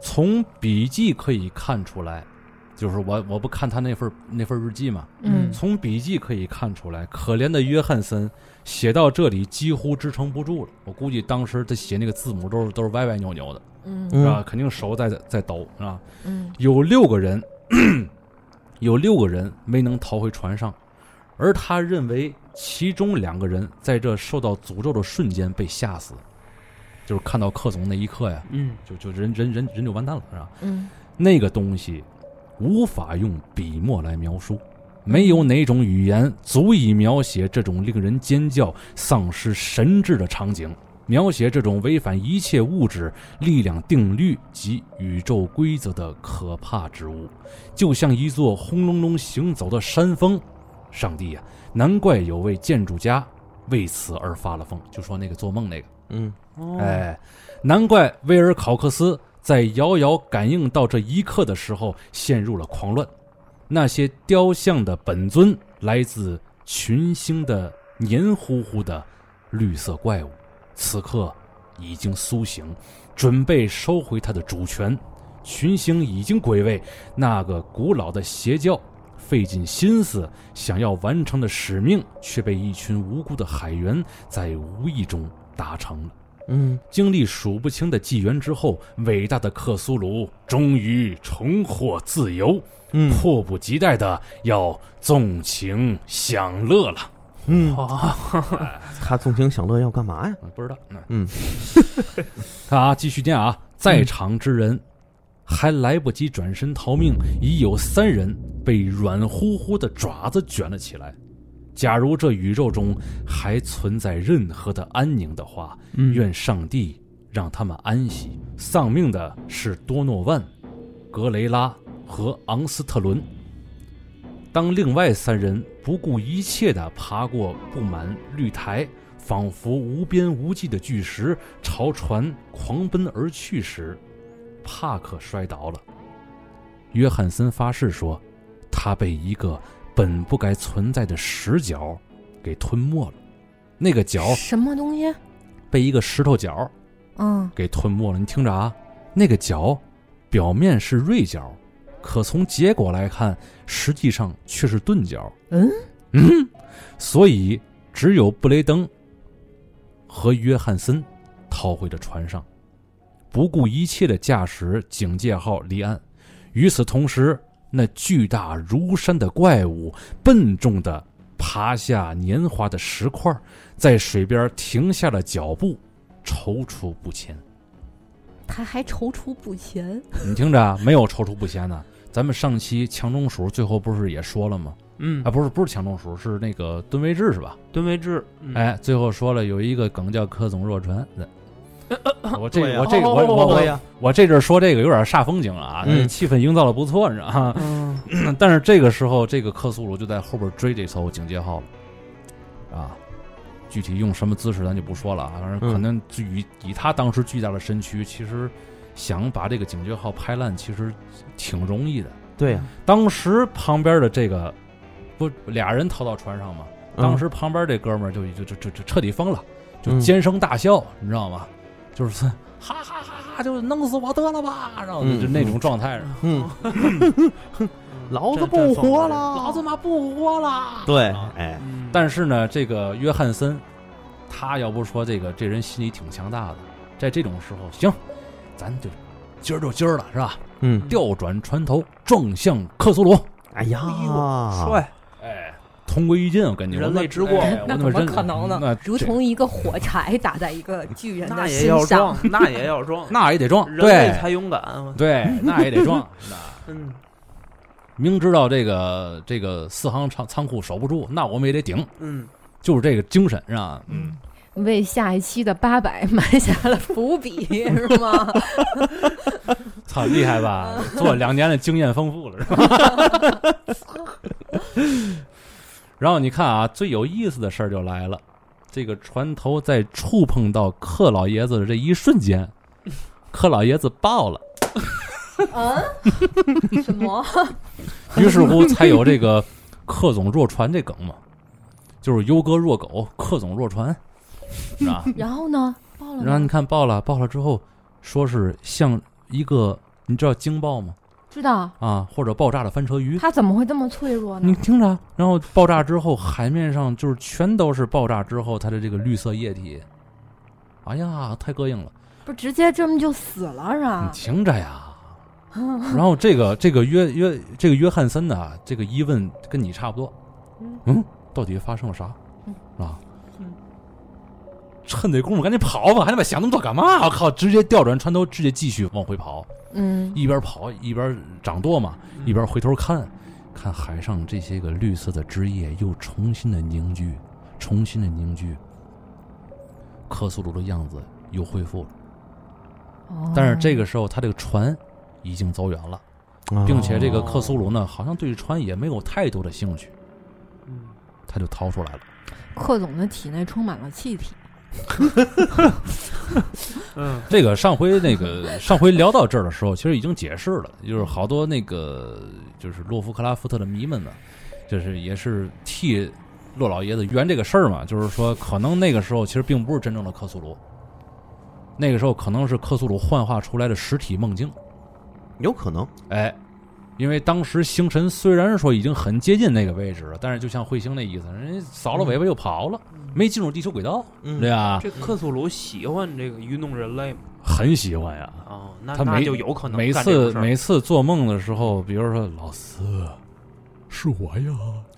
从笔记可以看出来，就是我我不看他那份那份日记嘛，嗯嗯从笔记可以看出来，可怜的约翰森写到这里几乎支撑不住了。我估计当时他写那个字母都是都是歪歪扭扭的，嗯是嗯吧？肯定手在在抖，是吧？嗯有六个人， 有六个人没能逃回船上，而他认为其中两个人在这受到诅咒的瞬间被吓死，就是看到克总那一刻呀，嗯就就人人人人就完蛋了，是吧？嗯那个东西无法用笔墨来描述，没有哪种语言足以描写这种令人尖叫、丧失神智的场景，描写这种违反一切物质力量定律及宇宙规则的可怕之物，就像一座轰隆隆行走的山峰。上帝呀、难怪有位建筑家为此而发了疯，就说那个做梦那个。嗯，哦，哎，难怪威尔考克斯在遥遥感应到这一刻的时候陷入了狂乱。那些雕像的本尊来自群星的黏糊糊的绿色怪物，此刻已经苏醒，准备收回它的主权。群星已经归位，那个古老的邪教费尽心思想要完成的使命，却被一群无辜的海员在无意中达成了。嗯，经历数不清的纪元之后，伟大的克苏鲁终于重获自由，嗯迫不及待的要纵情享乐了。嗯，好，他纵情享乐要干嘛呀？嗯不知道，嗯嗯，看 啊，继续念啊，在场之人还来不及转身逃命，已有三人被软乎乎的爪子卷了起来。假如这宇宙中还存在任何的安宁的话，嗯愿上帝让他们安息。丧命的是多诺万、格雷拉和昂斯特伦。当另外三人不顾一切地爬过布满绿苔、仿佛无边无际的巨石，朝船狂奔而去时，帕克摔倒了。约翰森发誓说，他被一个本不该存在的石角给吞没了。那个角什么东西？被一个石头角嗯给吞没了。你听着啊，那个角表面是锐角，可从结果来看，实际上却是钝角。 嗯嗯，所以只有布雷登和约翰森逃回了船上，不顾一切的驾驶警戒号离岸。与此同时，那巨大如山的怪物笨重的爬下年华的石块，在水边停下了脚步，踌躇不前。他还踌躇不前。你听着啊，没有踌躇不前的。咱们上期强中鼠最后不是也说了吗？嗯啊，，不是，不是强中鼠，是那个吨位制是吧？吨位制，嗯，哎，最后说了有一个梗叫柯总若传。我这呃对呀哦哦我这我我对我呀，我这阵儿说这个有点煞风景了啊，嗯气氛营造的不错，你知道吗？嗯，但是这个时候，这个克苏鲁就在后边追这艘警戒号了，啊，具体用什么姿势咱就不说了啊，反正可能就以以他当时巨大的身躯，其实想把这个警戒号拍烂，其实挺容易的。对呀，当时旁边的这个不俩人逃到船上嘛，嗯当时旁边这哥们儿就就就就就彻底疯了，就嗯尖声大笑，你知道吗？就是哈哈哈哈，就弄死我得了吧，然后就就嗯那种状态，嗯，老子真不活，了，真老子妈不活了。对啊，哎，嗯但是呢，这个约翰森，他要不说这个这人心里挺强大的，在这种时候，行，咱就今儿就今儿了，是吧？嗯，调转船头，撞向克苏鲁。哎呀哎呦，帅，哎，同归于尽，我感觉人类之过我哎我那他怎妈么认可能呢？那如这同一个火柴打在一个巨人那的也身要上装，，那也要装，那也得撞，人类对才勇敢。啊对， 那也得撞。那嗯，明知道这个这个四行仓仓库守不住，那我们也得顶，嗯，就是这个精神是吧？嗯，为下一期的八百 埋下了伏 笔，是吗？操，厉害吧？做两年的经验丰富了是吧？然后你看啊，最有意思的事儿就来了，这个船头在触碰到克老爷子的这一瞬间，克老爷子爆了。嗯，什么？于是乎才有这个“克总若船”这梗嘛，就是优哥若狗，克总若船，是吧？然后呢？爆了然后吗？你看爆了，爆了之后说是像一个你知道惊爆吗？知道啊，或者爆炸的翻车鱼，他怎么会这么脆弱你呢？听着啊，然后爆炸之后海面上就是全都是爆炸之后它的这个绿色液体，哎呀，太膈应了，不是直接这么就死了是你吧？嗯听着呀。然后这个这个约约这个约翰森呢、这个疑问跟你差不多，嗯，到底发生了啥嗯？啊嗯，趁这功夫赶紧跑吧，还他妈想那么多干嘛？我靠，直接调转船头，直接继续往回跑，嗯，一边跑一边掌舵嘛，一边回头看，看海上这些个绿色的枝叶又重新的凝聚，重新的凝聚，克苏鲁的样子又恢复了。哦哦但是这个个时候，他这个船已经走远了，啊并且这个克苏鲁呢，好像对船也没有太多的兴趣，嗯他就逃出来了。克总的体内充满了气体，嗯这个上回那个上回聊到这儿的时候，其实已经解释了，就是好多那个就是洛夫克拉夫特的迷们呢，就是也是替洛老爷子圆这个事儿嘛，就是说可能那个时候其实并不是真正的克苏鲁，那个时候可能是克苏鲁幻化出来的实体梦境，有可能哎。因为当时星辰虽然说已经很接近那个位置了，但是就像彗星那意思，人家扫了尾巴又跑了，没进入地球轨道，嗯对吧？这克苏鲁喜欢这个愚弄人类吗？很喜欢呀，哦，那他那每就有可能每干这种次事儿每次做梦的时候，比如说老四，是我呀，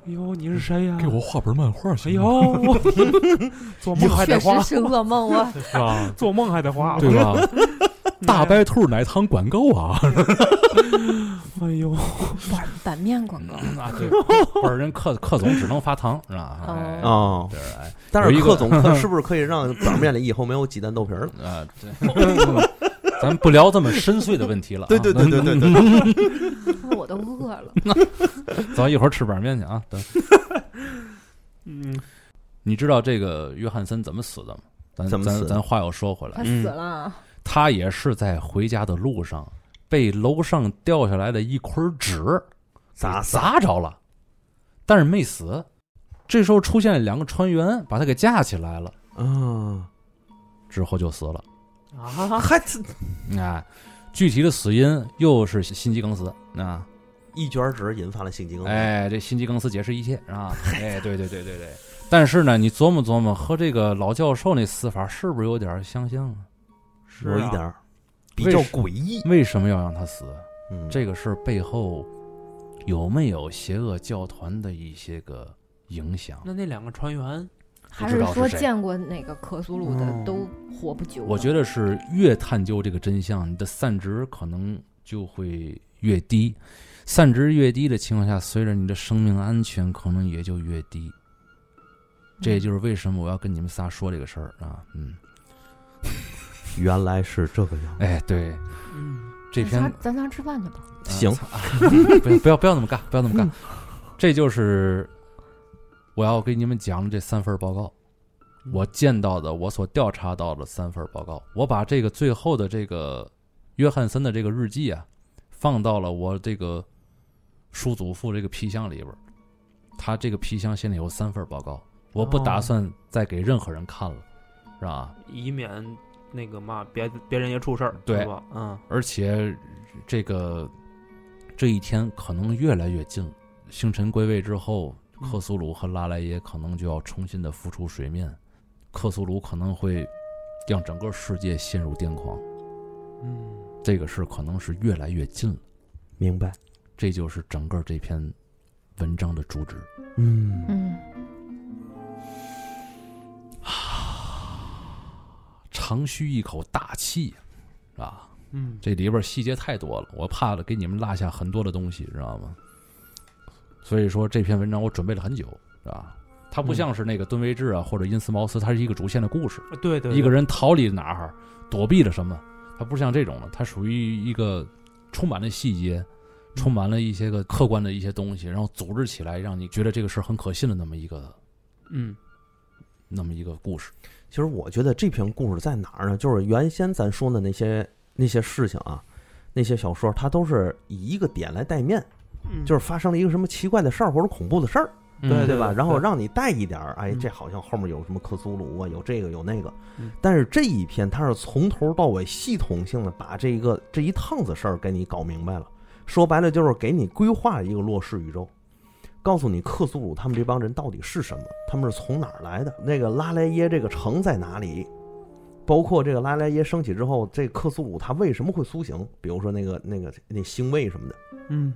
哎呦，你是谁呀？给我画本漫画哎行吗？ 呦，做梦还确得实花是噩梦啊！是吧？做梦还得花，对？吧？ 大白兔奶糖广告啊，哎呦，版版面广 告，啊对，不是人克克总只能发糖是吧？哎哦啊。对，哎但有是一个克总克是不是可以让表面里以后没有鸡蛋豆 皮儿了？啊，对，咱不聊这么深邃的问题了啊。对对对对对对我都饿了。嗯咱一会儿吃板面去啊。等嗯，你知道这个约翰森怎么死的吗？咱怎么死咱的咱话又说回来他，死了，啊他也是在回家的路上被楼上掉下来的一捆纸砸死砸着了，但是没死。这时候出现了两个船员，把他给架起来了，啊！之后就死了。啊，还哎，具体的死因又是心肌梗死啊！一卷纸引发了性饥饿。，哎，这心肌梗死解释一切 啊！哎，对对对对对。但是呢，你琢磨琢磨，和这个老教授那死法是不是有点相像啊？是有一啊点儿比为较什诡异。为什么要让他死？嗯，这个事儿背后有没有邪恶教团的一些个影响？那那两个船员，还知是道是说谁见过哪个克苏鲁嗯的都活不久了？我觉得是越探究这个真相，你的散值可能就会越低。散值越低的情况下，随着你的生命安全可能也就越低。这嗯也就是为什么我要跟你们仨说这个事儿啊。嗯，原来是这个样子。哎，对，嗯，这篇咱仨咱仨吃饭去吧。啊行操 啊不要不要不要那么干，不要那么干。这就是我要给你们讲的这三份报告，我见到的，我所调查到的三份报告。我把这个最后的这个约翰森的这个日记啊，放到了我这个叔祖父这个皮箱里边儿。他这个皮箱现在有三份报告，我不打哦算再给任何人看了，是吧？以免那个嘛，别别人也出事儿，对是吧？嗯，而且这个这一天可能越来越近了，星辰归位之后，嗯克苏鲁和拉莱耶可能就要重新的浮出水面，克苏鲁可能会让整个世界陷入癫狂，嗯，这个事可能是越来越近了，明白。这就是整个这篇文章的主旨。嗯，嗯长吁一口大气呀，啊，嗯，这里边细节太多了，我怕了给你们落下很多的东西，知道吗？所以说这篇文章我准备了很久，啊，它不像是那个敦威志啊或者因斯茅斯，它是一个主线的故事，对对，一个人人逃离了哪儿，躲避了什么，它不像这种的，它属于一个充满了细节，嗯充满了一些个客观的一些东西，然后组织起来，让你觉得这个事儿很可信的那么一个嗯那么一个故事。其实我觉得这篇故事在哪儿呢？就是原先咱说的那些那些事情啊，那些小说，它都是以一个点来带面，嗯，就是发生了一个什么奇怪的事儿或者恐怖的事儿，对对吧？对然后让你带一点儿，哎，嗯这好像后面有什么克苏鲁啊，有这个有那个嗯。但是这一篇它是从头到尾系统性的把这一个这一趟子事儿给你搞明白了，说白了就是给你规划一个洛氏宇宙。告诉你克苏鲁他们这帮人到底是什么，他们是从哪儿来的？那个拉莱耶这个城在哪里？包括这个拉莱耶升起之后，这克苏鲁他为什么会苏醒？比如说那个那个那星卫什么的。嗯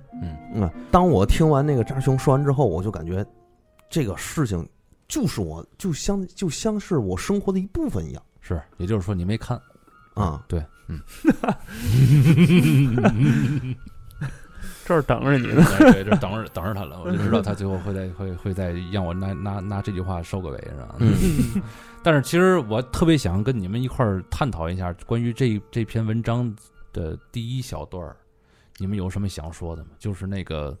嗯，当我听完那个扎熊说完之后，我就感觉这个事情就是我就像就像是我生活的一部分一样是，也就是说你没看啊。对， 嗯，这儿等着你呢，对，对这等着等着他了，我就知道他最后会再会会再让我拿拿拿这句话收个尾，是吧？嗯 但是其实我特别想跟你们一块儿探讨一下关于这这篇文章的第一小段儿，你们有什么想说的吗？就是那个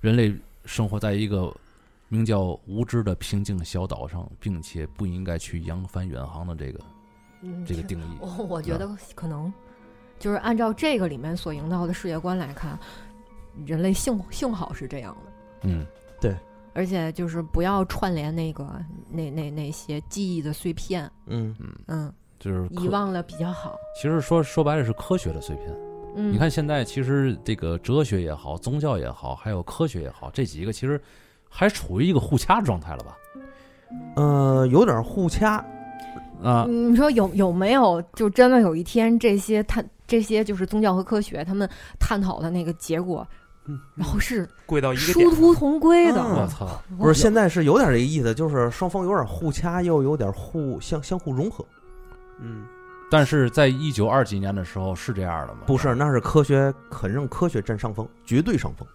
人类生活在一个名叫无知的平静小岛上，并且不应该去扬帆远航的这个嗯，这个定义。啊我我觉得可能就是按照这个里面所营造的世界观来看，人类幸幸好是这样的，嗯而且就是不要串联那个那那那些记忆的碎片，嗯嗯，嗯，就是科遗。忘了比较好。其实说说白了是科学的碎片。嗯，你看现在其实这个哲学也好，宗教也好，还有科学也好，这几个其实还处于一个互掐状态了吧？呃，有点互掐，啊、嗯你说有有没有就真的有一天这些探这些就是宗教和科学他们探讨的那个结果，嗯然 后是跪到一个点殊，途同归的？嗯我操！不是现在是有点这个意思，就是双方有点互掐，又有点互相相互融合。嗯但是在一九二几年的时候是这样的吗？不是，那是科学肯认科学占上风，绝对上风。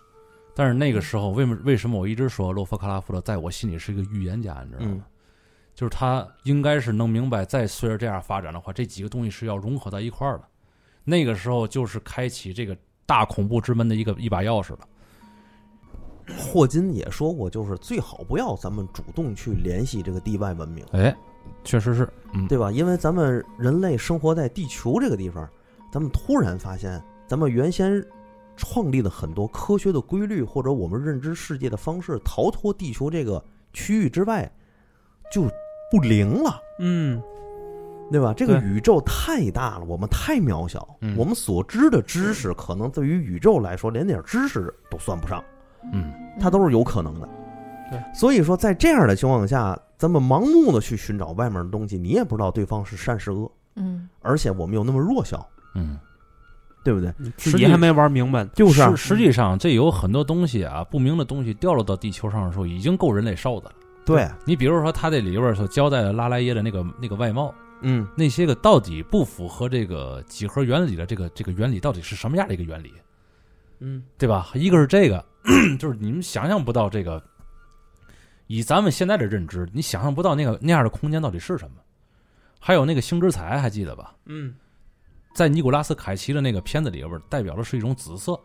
但是那个时候为什么为什么我一直说洛夫克拉夫特在我心里是一个预言家，你知道吗？嗯就是他应该是能明白，再随着这样发展的话，这几个东西是要融合到一块儿的。那个时候就是开启这个大恐怖之门的一个一把钥匙了。霍金也说过，就是最好不要咱们主动去联系这个地外文明。哎，确实是，嗯，对吧？因为咱们人类生活在地球这个地方，咱们突然发现，咱们原先创立了很多科学的规律，或者我们认知世界的方式，逃脱地球这个区域之外，就不灵了，嗯对吧？这个对宇宙太大了，我们太渺小，嗯我们所知的知识，可能对于宇宙来说，连点知识都算不上。嗯，它都是有可能的。嗯对所以说在这样的情况下，咱们盲目的去寻找外面的东西，你也不知道对方是善是恶。嗯而且我们又那么弱小，嗯，对不对？你嗯自实己际还没玩明白呢，就是啊实实际上这有很多东西啊，不明的东西掉落到地球上的时候，已经够人类烧的了。对，啊你比如说他这里边所交代的拉莱耶的那个那个外貌，嗯那些个到底不符合这个几何原理的这个这个原理到底是什么样的一个原理，嗯对吧？一个是这个，嗯就是你们想象不到这个，以咱们现在的认知，你想象不到那个那样的空间到底是什么。还有那个星之彩，还记得吧？嗯，在尼古拉斯凯奇的那个片子里边，代表的是一种紫色，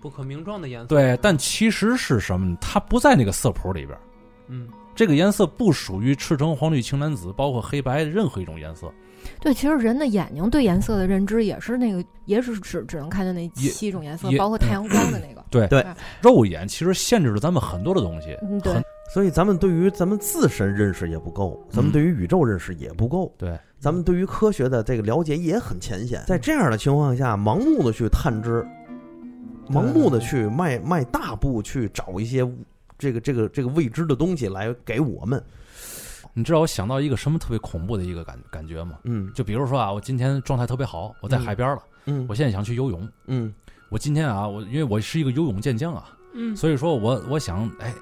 不可名状的颜色，对，但其实是什么呢？它不在那个色谱里边，嗯这个颜色不属于赤橙黄绿青蓝紫，包括黑白任何一种颜色。对，其实人的眼睛对颜色的认知也是那个，也是只只能看见那也七种颜色也，包括太阳光的那个。肉眼其实限制了咱们很多的东西，嗯，对很，所以咱们对于咱们自身认识也不够，咱们对于宇宙认识也不够，对，咱嗯们对嗯于科学的这个了解也很浅显。在这样的情况下，盲目的去探知，盲目的去迈迈大步去找一些这个这个这个未知的东西来给我们，你知道我想到一个什么特别恐怖的一个感感觉吗？嗯就比如说啊，我今天状态特别好，我在海边了，嗯我现在想去游泳。嗯我今天啊，我因为我是一个游泳健将啊，嗯，所以说我我想，哎，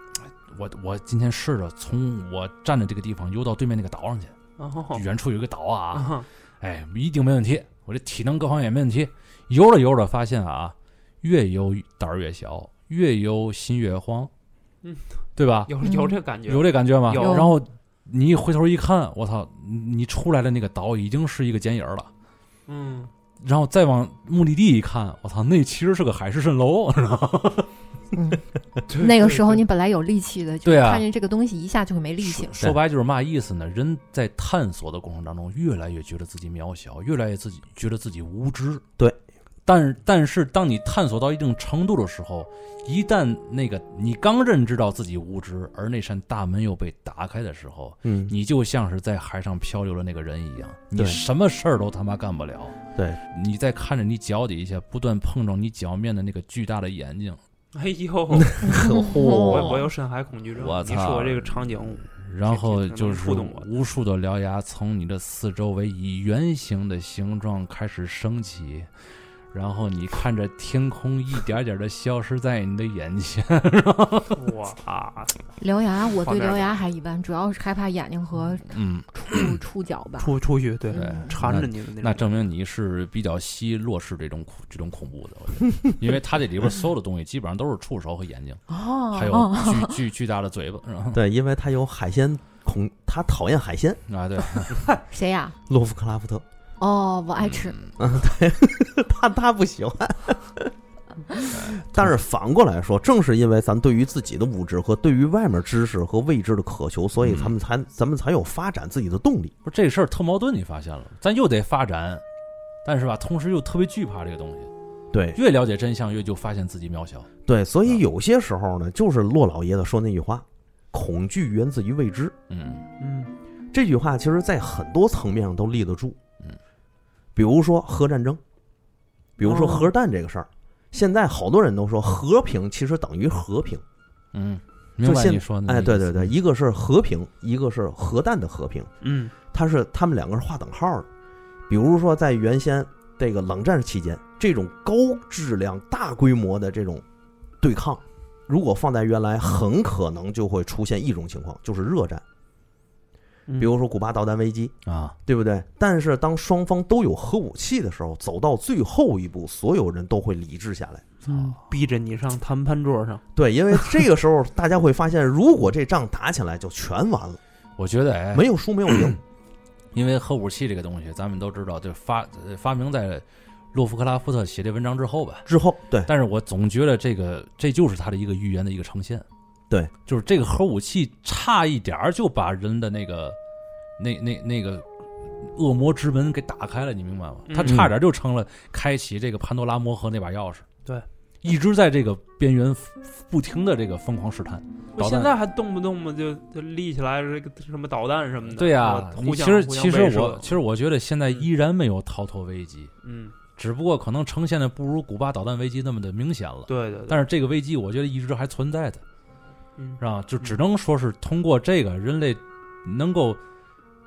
我我今天试着从我站的这个地方游到对面那个岛上去， 然哦后远处有一个岛啊，哦啊，哎，一定没问题，我这体能各方面也没问题。游着游着发现啊，越游胆儿越小，越游心越慌，嗯，对吧？有有这感觉，有这感觉吗？有然后你一回头一看，我操，你你出来的那个岛已经是一个剪影儿了。嗯，然后再往目的地一看，我操，那其实是个海市蜃楼，知道吗？嗯，对那个对时候对你本来有力气的，就对啊看见这个东西一下就会没力气了。说白就是嘛意思呢？人在探索的过程当中，越来越觉得自己渺小，越来越自己觉得自己无知。对，但是但是当你探索到一定程度的时候，一旦那个你刚认知到自己无知，而那扇大门又被打开的时候，嗯，你就像是在海上漂流的那个人一样，你对什么事儿都他妈干不了。 对，你在看着你脚底下不断碰撞你脚面的那个巨大的眼睛，哎呦， 嚯我我有深海恐惧症，我你操说这个场景，然后挺挺就能是触动我的无数的獠牙从你的四周围以圆形的形状开始升起，然后你看着天空一点点的消失在你的眼 前。哇，獠牙，我放对那儿獠吧牙还一般，主要是害怕眼睛和嗯，触触角吧。出出去对对，嗯缠着你的那那种证明你是比较吸弱视这种恐这种恐怖的，我觉得，因为它这里边所有的东西基本上都是触手和眼睛，哦，还有哦巨巨巨大的嘴巴， 然后对，因为他有海鲜恐，他讨厌海鲜。啊对，谁呀？洛夫克拉夫特，哦，我爱吃。嗯他他不喜欢。 但是反过来说，正是因为咱对于自己的无知和对于外面知识和未知的渴求，所以嗯咱们才咱们才有发展自己的动力。不是这事儿特矛盾，你发现了，咱又得发展，但是吧，同时又特别惧怕这个东西，对越了解真相，越就发现自己渺小。对，所以嗯有些时候呢，就是骆老爷子说那句话：“恐惧源自于未知。”嗯嗯，这句话其实，在很多层面上都立得住。嗯，比如说核战争，比如说哦核弹这个事儿，现在好多人都说和平其实等于和平。嗯，就明白现你说的那哎，意对思对对，，一个是和平，一个是核弹的和平，嗯它是他们两个是划等号的。比如说，在原先这个冷战期间，这种高质量、大规模的这种对抗，如果放在原来，很可能就会出现一种情况，就是热战。嗯，比如说古巴导弹危机，啊，对不对？但是当双方都有核武器的时候，走到最后一步，所有人都会理智下来。嗯逼着你上谈判桌上，对，因为这个时候大家会发现，如果这仗打起来就全完了，我觉得哎，没有输没有赢。因为核武器这个东西，咱们都知道，就发呃发明在洛夫克拉夫特写这文章之后吧。之后，对但是我总觉得这个这就是他的一个预言的一个呈现。对，就是这个核武器差一点儿就把人的那个那那那个恶魔之门给打开了，你明白吗？嗯他差点就成了开启这个潘多拉魔盒那把钥匙。对，一直在这个边缘不停的这个疯狂试探。我导弹现在还动不动嘛就就立起来这个什么导弹什么的，对呀、啊，你互其相实互相其实威慑我其实我觉得现在依然没有逃脱危机，嗯，只不过可能呈现的不如古巴导弹危机那么的明显了。对对，对但是这个危机我觉得一直还存在的，嗯是吧？就只能说是通过这个人类能够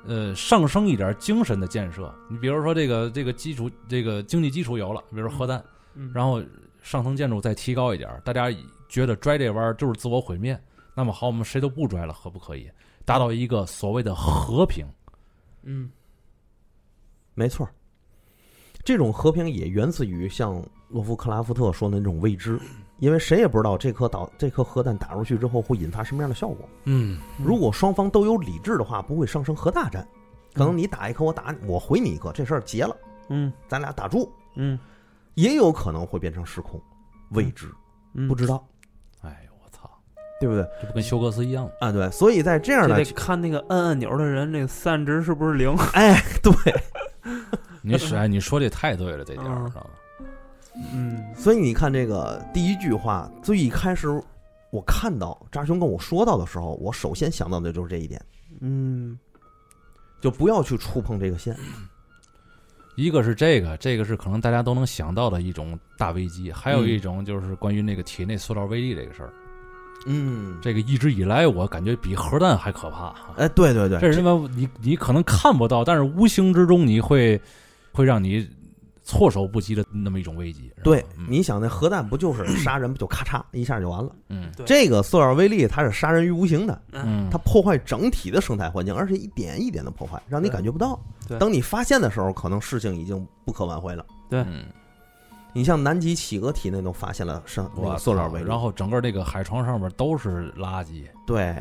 呃上升一点精神的建设。你比如说这个这个基础这个经济基础有了，比如说核弹，嗯然后上层建筑再提高一点儿，大家觉得拽这弯儿就是自我毁灭，那么好，我们谁都不拽了，可不可以达到一个所谓的和平？嗯没错儿。这种和平也源自于像洛夫克拉夫特说的那种未知，因为谁也不知道这颗导这颗核弹打出去之后会引发什么样的效果。嗯，如果双方都有理智的话，不会上升核大战。可能你打一颗，我打你我回你一颗，这事儿结了，嗯咱俩打住。嗯也有可能会变成失控，未知，嗯，不知道，哎呦我操，对不对？这不跟休格斯一样吗？啊，对，所以在这样就的得，看那个按按钮的人，那个散值是不是零？哎，对， 你是哎，你说这太对了，这点儿嗯知道吗？嗯所以你看这个第一句话，最一开始我看到扎兄跟我说到的时候，我首先想到的就是这一点， 嗯就不要去触碰这个线。一个是这个，这个是可能大家都能想到的一种大危机，还有一种就是关于那个体内塑料微粒这个事儿。嗯，这个一直以来我感觉比核弹还可怕啊。哎，对对对，这是他妈你你可能看不到，但是无形之中你会会让你措手不及的那么一种危机。是吧对，嗯你想那核弹不就是杀人不就咔嚓一下就完了？嗯对这个塑料微粒它是杀人于无形的，嗯，它破坏整体的生态环境，而且一点一点的破坏，让你对感觉不到对。当你发现的时候，可能事情已经不可挽回了。嗯你像南极企鹅体内都发现了上那我个塑料微粒，然后整个这个海床上面都是垃圾。对，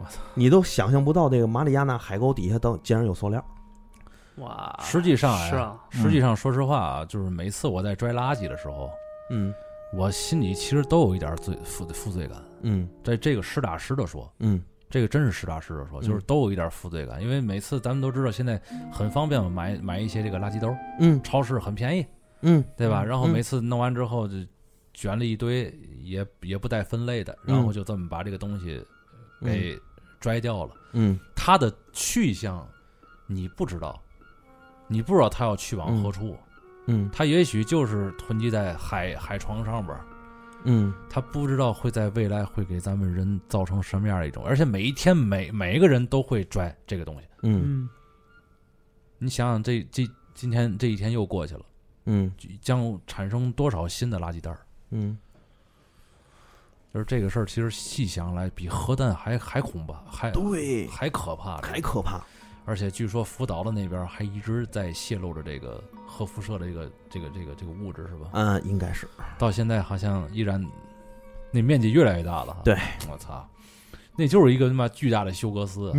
我操！你都想象不到这个马里亚纳海沟底下都竟然有塑料。哇，实际上呀是啊，实际上，说实话啊，就是每次我在拽垃圾的时候，嗯我心里其实都有一点罪负负罪感。嗯这这个实打实的说，嗯，这个真是实打实的说，嗯就是都有一点负罪感，因为每次咱们都知道现在很方便嘛，买买一些这个垃圾兜，嗯超市很便宜，嗯对吧？嗯然后每嗯次弄完之后就卷了一堆，也也不带分类的，嗯然后就这么把这个东西给拽掉了。嗯它的去向你不知道，你不知道它要去往何处，嗯它也许就是囤积在海海床上边儿。嗯他不知道会在未来会给咱们人造成什么样的一种，而且每一天每每一个人都会拽这个东西。嗯嗯，你想想这，这今天这一天又过去了，嗯将产生多少新的垃圾袋儿？嗯，就是这个事儿，其实细想来，比核弹还还恐怕，还对，还可怕。太可怕。而且据说福岛的那边还一直在泄露着这个核辐射的这个这个这个这个物质，是吧？嗯，应该是。到现在好像依然那面积越来越大了哈。对，我操，那就是一个他妈巨大的休格斯啊。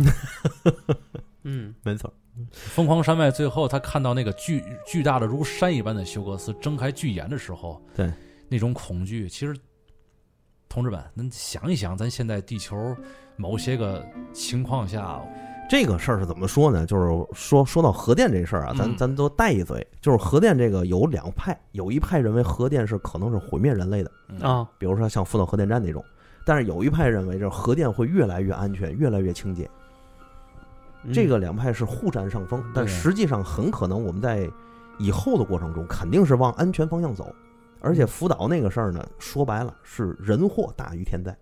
嗯，没错，疯狂山脉最后他看到那个巨巨大的如山一般的休格斯睁开巨眼的时候，对那种恐惧，其实，同志们，咱想一想，咱现在地球某些个情况下，这个事儿是怎么说呢？就是说说到核电这事儿啊，咱嗯咱都带一嘴，就是核电这个有两派，有一派认为核电是可能是毁灭人类的，嗯，啊，比如说像福岛核电站那种。但是有一派认为，就是核电会越来越安全，越来越清洁。嗯这个两派是互占上风，但对啊实际上很可能我们在以后的过程中，肯定是往安全方向走。而且福岛那个事儿呢，说白了是人祸大于天灾。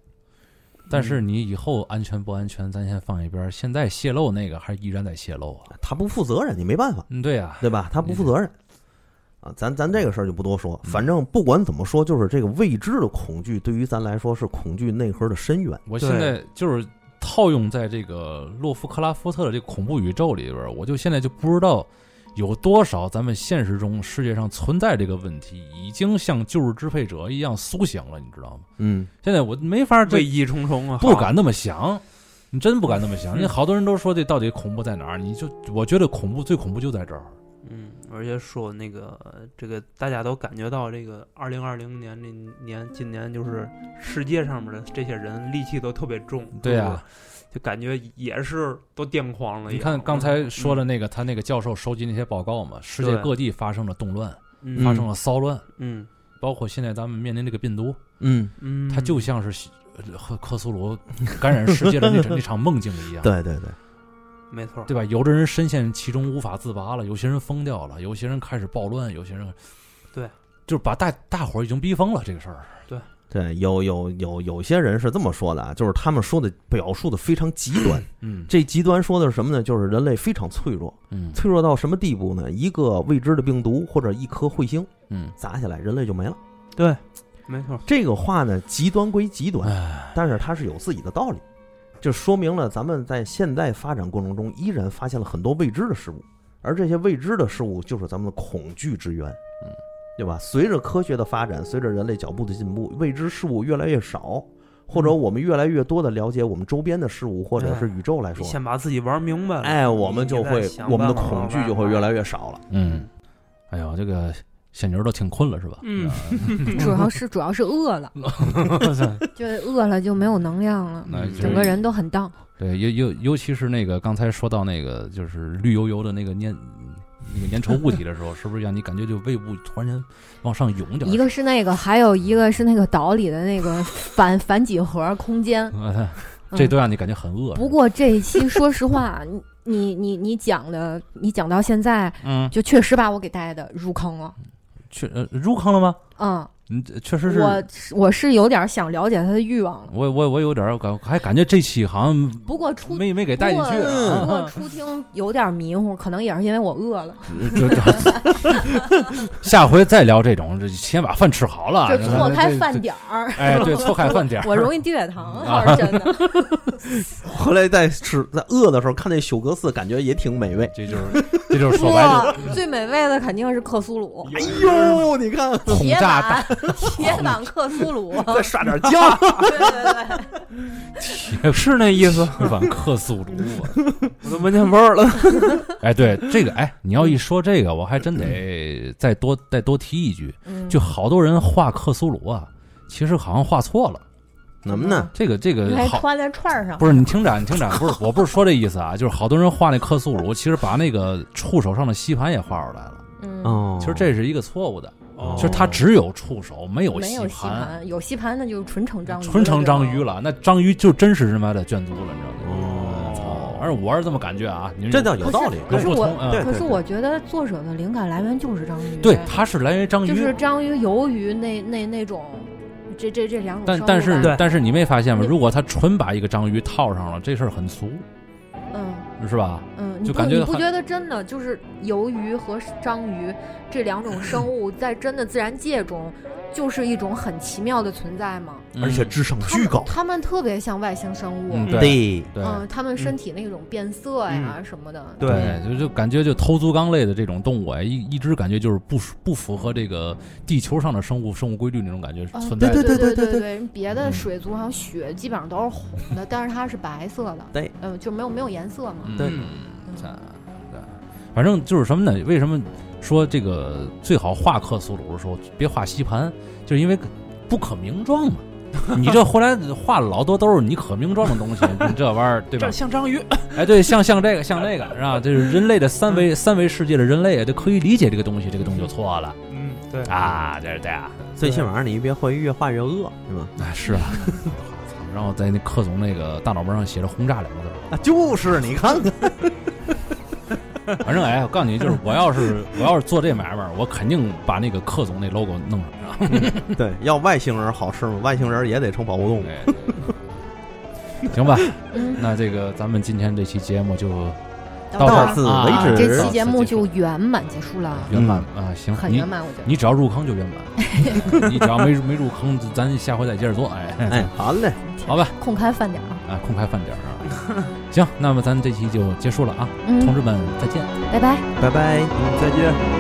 但是你以后安全不安全，咱先放一边儿。现在泄露那个还依然在泄露啊，他不负责任，你没办法，嗯，对啊，对吧？他不负责任啊，咱咱这个事儿就不多说。反正不管怎么说，就是这个未知的恐惧，对于咱来说是恐惧内核的深渊。我现在就是套用在这个洛夫克拉夫特的这个恐怖宇宙里边儿，我就现在就不知道有多少咱们现实中世界上存在这个问题，已经像旧日支配者一样苏醒了，你知道吗？嗯现在我没法危这机重重啊，不敢那么想。你真不敢那么想，嗯那好多人都说这到底恐怖在哪儿？你就我觉得恐怖最恐怖就在这儿，嗯，而且说那个呃这个，大家都感觉到这个二零二零年这年今年就是世界上面的这些人戾气都特别重，对呀、呀、就感觉也是都癫狂了一你样。看刚才说的那个，他那个教授收集那些报告嘛，世界嗯对各地发生了动乱，嗯，发嗯生了骚乱，嗯包括现在咱们面临这个病毒，嗯，嗯，它就像是呃和科苏鲁 感染世界的那场 那场梦境一样，对对对，没错，对吧？有的人深陷其中无法自拔了，有些人疯掉了，有些人开始暴乱，有些人对，就是把大大伙儿已经逼疯了这个事儿。对，有有有有些人是这么说的啊，就是他们说的表述的非常极 端。嗯这极端说的是什么呢？就是人类非常脆弱，嗯脆弱到什么地步呢？一个未知的病毒或者一颗彗星嗯，砸下来，人类就没了。对，没错，这个话呢，极端归极端，哎，但是它是有自己的道理，就说明了咱们在现代发展过程中依然发现了很多未知的事物，而这些未知的事物就是咱们的恐惧之源，嗯，对吧？随着科学的发展，随着人类脚步的进步，未知事物越来越少，或者我们越来越多的了解我们周边的事物或者是宇宙来你说，先把自己玩明白了，哎，我们你就再会想我们的办法恐惧玩就会越来玩越少了。嗯，哎呦，这个小牛都挺困了是吧？啊嗯 主要是主要是饿了，就饿了就没有能量了，那就是整个人都很荡。对，尤尤尤其是那个刚才说到那个就是绿油油的那个粘那个粘稠物体的时候，是不是让你感觉就胃部突然间往上涌点儿？一个是那个，还有一个是那个岛里的那个反反几何空间。啊，嗯这都让你感觉很饿。不过这一期说实话，你你你你讲的，你讲到现在，嗯，就确实把我给带的入坑了。去呃入坑了吗？嗯，嗯，确实是我是我是有点想了解他的欲望了。我我我有点儿感，还感觉这期好像不过初没没给带进去不啊。过初听有点迷糊，可能也是因为我饿了。这这下回再聊这种，这先把饭吃好了。就错开啊这啊饭，点 儿，这哎，对， 错开饭点儿。我容易低血糖，倒是真的。后来在吃在饿的时候看那休格斯，感觉也挺美味。这就是这就是 说白了，哇最美味的肯定是克苏鲁，哎呦， 你看轰铁炸大板铁板克 苏鲁，再刷点酱，对对对，是那意思，日版克苏鲁啊。我都闻见味儿 了。哎，对这个，哎，你要一说这个，我还真得再多再多提一句，嗯就好多人画克苏鲁啊，其实好像画错了。怎么呢？这个这你个还好，穿在串儿上，不是你听着啊，你听着啊，不是，我不是说这意思啊，就是好多人画那克苏鲁，其实把那个触手上的吸盘也画出来了。嗯，哦，其实这是一个错误的，哦就是它只有触手，没有没吸有吸盘，盘，有吸盘那就是纯成章鱼，纯成章鱼。了。那章鱼就真是他妈的卷族了，你知道吗？哦，而我是这么感觉啊，你这倒有道理。可有是不我同，嗯对可是我觉得作者的灵感来源就是章鱼，哎对，它是来源于章鱼，就是章鱼、鱿鱼那那那种，这这这两种但生物吧。但是对但是你没发现吗？那如果他纯把一个章鱼套上了，这事儿很俗，嗯是吧？嗯，你就不感觉你不很觉得真的就是鱿鱼和章鱼这两种 生物在真的自然界中就是一种很奇妙的存在吗？而且智商巨高。它们特别像外星生物，嗯，对对对，对嗯，它们身体那种变色呀嗯什么的，对对，就就感觉就头足纲类的这种动物，哎，一一直感觉就是不符不符合这个地球上的生物生物规律那种感觉啊存在的。对对哦对对对对对对，别的嗯水族好像血基本上都是红的，但是它是白色的，对，嗯，就没有没有颜色嘛，嗯对咱对反正就是什么呢？为什么说这个最好画克苏鲁的时候别画吸盘，就是因为不可名状嘛。你这后来画了老多都是你可名状的东西，你这玩意儿对吧这？像章鱼，哎，对，像像这个，像这个，是吧？就是人类的三维、三维世界的人类，就可以理解这个东西，这个东西就错了嗯，对，啊，这是这样，最起码你别会越画越饿，是吧？哎，是啊。 然后在那克总那个大脑门上写着“轰炸”两个字儿，啊，就是你看看，反正哎，我告诉你，就是我要是我要是做这买卖儿，我肯定把那个克总那 logo 弄上。对，要外星人好吃吗？外星人也得成保护动物。哎，行吧，嗯，那这个咱们今天这期节目就这到到儿此啊啊，这为止期，节目就圆满结束了，圆满嗯啊，行，很你圆满，我觉得。你只要入坑就圆满， 你只要没没入坑，咱下回再接着做，哎。 哎，好嘞，好吧，空开饭点儿啊，啊，空开饭点儿啊。行，那么咱这期就结束了啊，同嗯，志们再见。拜拜。拜拜。嗯再见。